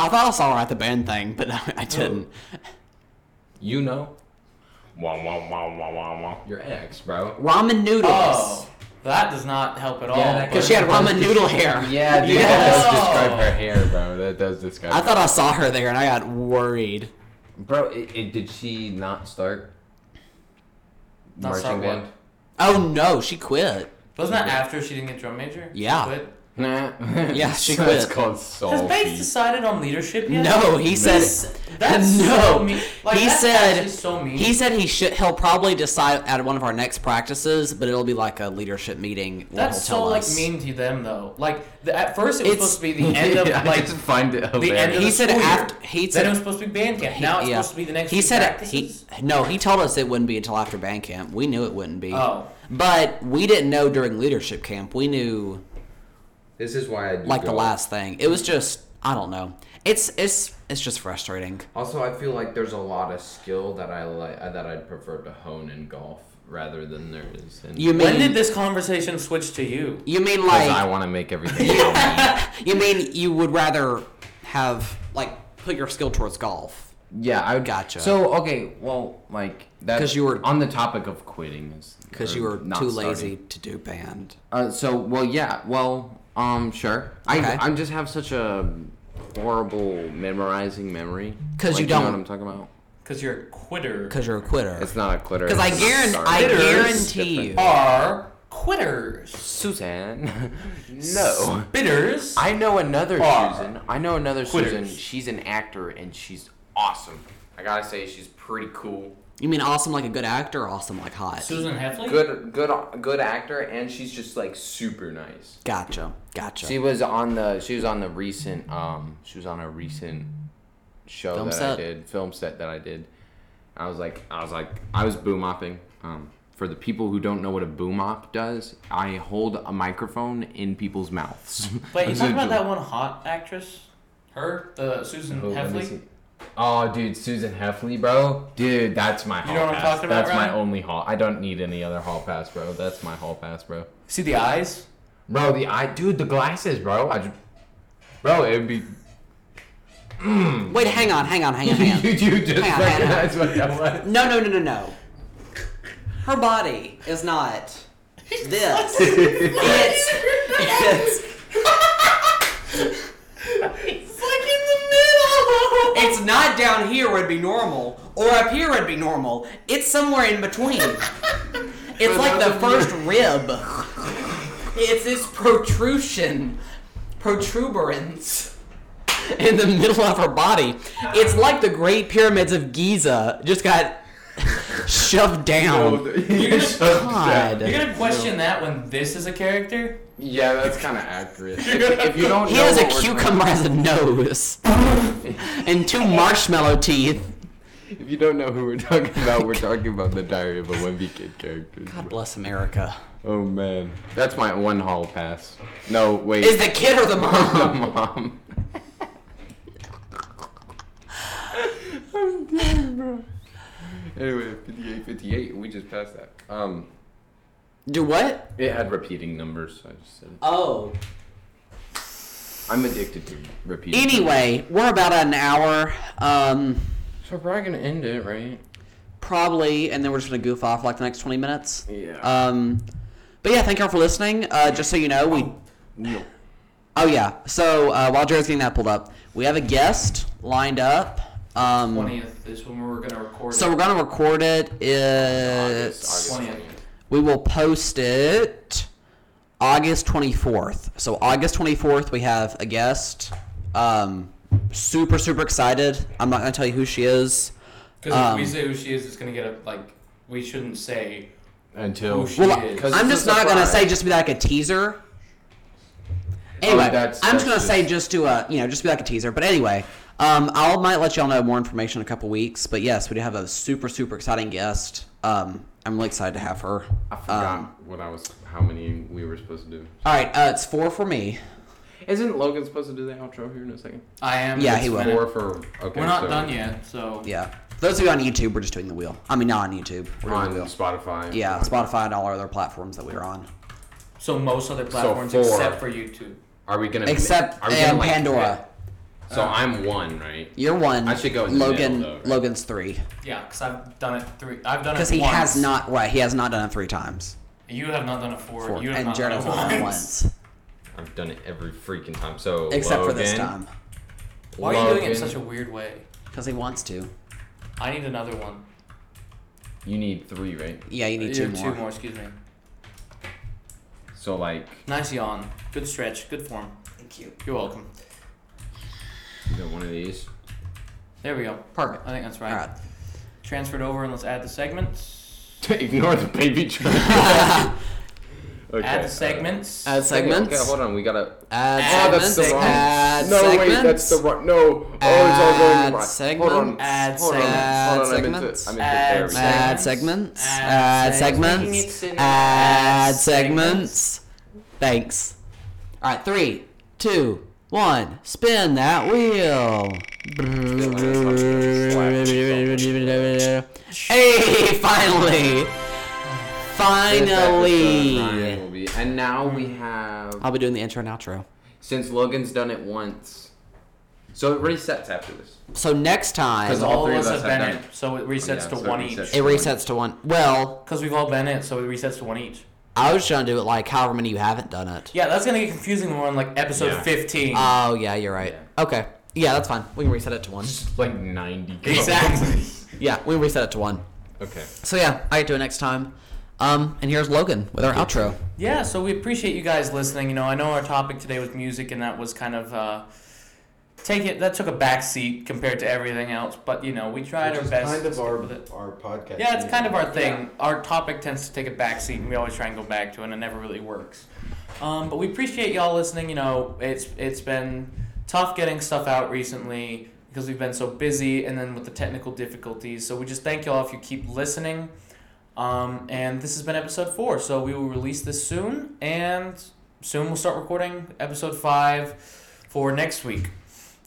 C: thought I saw her at the band thing, but I, I didn't.
B: You know. Wah, wah, wah, wah, wah, wah. Your ex, bro.
C: Ramen noodles.
A: Oh, that does not help at all.
B: that
A: but-
C: Because she had ramen noodle hair.
B: Yeah, dude,
A: Yes.
B: that does describe her hair, bro. That does describe.
C: I thought I saw her there and I got worried.
B: bro, it, it, did she not start
A: Not
B: marching
A: start what?
B: band?
C: Oh no, she quit.
A: Wasn't that after she didn't get drum major?
C: Yeah.
A: But
B: Nah.
C: Yeah, she
B: That's
C: quit.
B: called
A: has
B: soul.
A: Bates decided on leadership yet?
C: Oh, No, he
A: That's-
C: said.
A: that's
C: no.
A: so mean. Like,
C: he
A: that's
C: said
A: actually so mean.
C: he said he should. He'll probably decide at one of our next practices, but it'll be like a leadership meeting. Where
A: That's
C: he'll
A: so
C: tell
A: like
C: us.
A: mean to them though. Like the, at first it was
C: It's-
A: supposed to be the end of
B: yeah, I
A: like
B: just find it
A: the end of
B: hilarious.
C: He
A: the
C: said
A: school year.
C: after- he
A: then
C: said-
A: it was supposed to be band camp. Now it's
C: yeah.
A: supposed to be the next.
C: He
A: few
C: said he
A: practices?
C: no. He told us it wouldn't be until after band camp. We knew it wouldn't be.
A: Oh.
C: But we didn't know during leadership camp. We knew
B: This is why I do
C: like the
B: go-
C: last thing. It was just I don't know. It's it's it's just frustrating.
B: Also, I feel like there's a lot of skill that I like that I'd prefer to hone in golf rather than there is. In-
C: You mean
A: When did this conversation switch to you?
C: you mean
B: Because
C: like
B: I want to make everything. yeah.
C: You mean you would rather have like put your skill towards golf?
B: yeah, I would.
C: Gotcha.
B: So okay, well, like that.
C: 'Cause you were-
B: on the topic of quitting, is
C: Because
B: or
C: you were
B: not
C: too
B: starting.
C: lazy to do band.
B: Uh, so well, yeah, well, um, sure.
C: Okay.
B: I I just have such a horrible memorizing memory.
C: 'Cause you
B: Like, know
C: don't-
B: what I'm talking about.
A: Because you're a quitter.
C: Because you're a quitter.
B: It's not a quitter.
C: Because I
B: it's
C: guarantee,
B: not
C: I
B: starting.
C: guarantee you.
A: Are quitters.
B: Suzanne. no.
A: Bitters.
B: I know another
A: Are
B: Susan. I know another Susan.
A: quitters.
B: She's an actor and she's awesome. I gotta say, she's pretty cool.
C: You mean awesome like a good actor, or awesome like hot?
A: Susan Heffley.
B: Good, good, good actor, and she's just like super nice.
C: Gotcha, gotcha.
B: She was on the. She was on the recent. Um, she was on a recent show
C: Film
B: that I
C: set?
B: did. Film set that I did. I was like, I was like, I was boom opping. Um, for the people who don't know what a boom op does, I hold a microphone in people's mouths.
A: Wait, you talking about that one hot actress? Her, the Susan
B: Oh, let me
A: Heffley.
B: see. Oh, dude, Susan Heffley, bro. Dude, that's my hall
A: know what I'm
B: pass.
A: talking about,
B: that's my
A: Ryan?
B: only hall. I don't need any other hall pass, bro. That's my hall pass, bro.
A: See the eyes.
B: Bro, the I dude, the glasses, bro. I just, bro, it'd be
C: Wait, hang on, hang on, hang on,
B: you,
C: hang on.
B: you just
C: Hang on, hang on.
B: recognize what that was.
C: No, no, no, no, no. Her body is not this. it's it's
A: It's like in the middle.
C: it's not down here would be normal, or up here would be normal. It's somewhere in between. It's like the first rib. It's this protrusion, protuberance in the middle of her body. It's like the Great Pyramids of Giza just got shoved down.
A: You're gonna-
C: God.
A: You're gonna question that when this is a character?
B: Yeah, that's kind of accurate. If, if you don't,
C: He
B: know
C: has a
B: what we're doing-
C: cucumber as a nose and two marshmallow teeth.
B: If you don't know who we're talking about, we're talking about the Diary of a Wimpy Kid character.
C: God bless America.
B: Oh man, that's my one hall pass. No, wait.
C: Is the kid or the mom?
B: the mom. I'm dead, bro. Anyway, 58, 58, we just passed that. Um,
C: Do what?
B: it had repeating numbers, so I just said it.
C: Oh.
B: I'm addicted to repeating
C: Anyway, we're about at an hour, um,
B: numbers. So we're probably gonna end it, right?
C: probably, and then we're just gonna goof off for like the next twenty minutes.
B: Yeah.
C: Um, but yeah, thank y'all for listening. Uh, just so you know, we. Oh yeah. So uh, while Jared's getting that pulled up, we have a guest lined up. Um,
A: Twentieth is when we're gonna record.
C: so we're gonna record it.
B: August,
C: It's,
B: August
A: twentieth.
B: 20th.
C: we will post it August 24th. So August 24th, we have a guest. Um, super, super excited. I'm not gonna tell you who she is.
A: Because if we
C: Um,
A: say who she is, it's gonna get a like. We shouldn't say.
B: Until
A: Oh, shit.
C: Well,
A: is.
B: 'Cause
C: I'm
B: it's
C: just
B: a
C: not gonna
B: surprise.
C: say just be like a teaser. Anyway,
B: that's-
C: I'm
B: that's
C: just gonna say
B: just-
C: just do a you know just be like a teaser. But anyway, um, I'll might let y'all know more information in a couple weeks. But yes, we do have a super super exciting guest. Um, I'm really excited to have her.
B: I forgot
C: Um,
B: what I was, how many we were supposed to do.
C: all right, uh, it's four for me.
B: Isn't Logan supposed to do the outro here in a second?
A: I am.
C: Yeah,
A: this
C: he will.
A: minute.
B: Or for okay,
A: We're not
B: so
A: done yet, so.
C: Yeah, for those of you on YouTube, we're just doing the wheel. I mean, not on YouTube. We're doing
B: On
C: the wheel.
B: Spotify.
C: Yeah, Spotify and all our other platforms that we're on.
A: So most other platforms
B: four.
A: except for YouTube.
B: Are we gonna
C: Except
B: are we gonna,
C: um,
B: like,
C: Pandora. Uh,
B: So I'm one, right?
C: You're one.
B: I should go in the
C: Logan.
B: middle, though, right?
C: Logan's three
A: Yeah, because I've done it three. I've done it
C: because he
A: once.
C: has not. Right, he has not done it three times.
A: You have not done it four.
C: Four.
A: You have
C: And
A: not
C: Jared has
A: done
C: not done
A: it
C: it
A: once.
C: once,
B: I've done it every freaking time. So
C: except for
B: Logan,
C: this time
A: Why are you doing it in
B: Logan,
A: such a weird way?
C: because he wants to.
A: I need another one.
B: You need three, right?
C: Yeah, you need
A: You
C: two
A: have
C: more.
A: Two more. Excuse me.
B: So like,
A: Nice yawn. Good stretch. Good form.
C: Thank you.
A: You're welcome.
B: you got one of these.
A: There we go.
C: Perfect.
A: I think that's right.
C: All right.
A: Transferred over and let's add the segments.
B: Ignore the baby truck. okay. uh,
A: add the segments.
C: Add segments.
B: Okay, hold on. We gotta.
C: Add
B: Oh, that's
C: segments.
B: the wrong-
C: Add
B: no, wait, that's
C: segments.
B: the right. No, oh,
C: Add
B: it's all going right.
C: segments.
B: Hold on,
A: Add
B: hold on,
C: segments.
B: hold on. I'm into, I'm
C: Add
B: into
A: Add
B: therapy.
C: Add
A: segments.
C: segments.
A: Add
C: Add
A: segments.
C: segments.
A: Add
C: Add segments. Thanks. All right, three, two, one. Spin that wheel. Hey, finally.
B: This episode, Ryan
C: Finally.
B: will be- And now we have
C: I'll be doing the intro and outro.
B: since Logan's done it once, so it resets after this.
C: So next time,
B: 'Cause
A: Because
B: all
A: all
B: three
A: of
B: of
A: us
B: us
A: have
B: have
A: been
B: done Oh,
A: it, so it resets
B: Yeah,
A: to
B: so it
A: one
B: resets.
A: each.
C: it resets to one. Well,
A: Because we've all been it, so it resets to one each.
C: I was trying to do it like however many you haven't done it.
A: Yeah, that's gonna get confusing when we're on like episode
B: Yeah.
A: 15.
E: Ah,
C: Oh, yeah, you're right.
B: Yeah.
C: Okay. Yeah, that's fine. We can reset it to one.
B: It's like ninety. Oh,
C: Yeah, we can reset it to one.
B: okay.
C: So yeah, I get to it next time. Um, and here's Logan with our outro.
A: Yeah, so we appreciate you guys listening. You know, I know our topic today was music, and that was kind of uh, take it. That took a back seat compared to everything else. But you know, we tried
E: Which
A: our
E: is
A: best.
E: kind of
A: to
E: our,
A: stick with it.
E: our podcast.
A: Yeah, it's kind of our
E: Yeah.
A: thing. Our topic tends to take a back seat, and we always try and go back to it, and it never really works. Um, but we appreciate y'all listening. You know, it's it's been tough getting stuff out recently because we've been so busy, and then with the technical difficulties. So we just thank y'all if you keep listening. Um, and this has been episode four, so we will release this soon, and soon we'll start recording episode five for next week.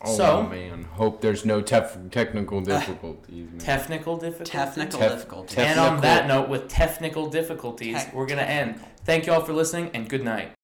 B: Oh
A: So-
B: man, hope there's no tef- technical difficulties. man.
A: Technical difficulties.
B: Tef-
C: difficulty.
B: tef-
A: And on
B: Technical-
A: that note, with technical difficulties, we're going to end. Thank you all for listening and good night.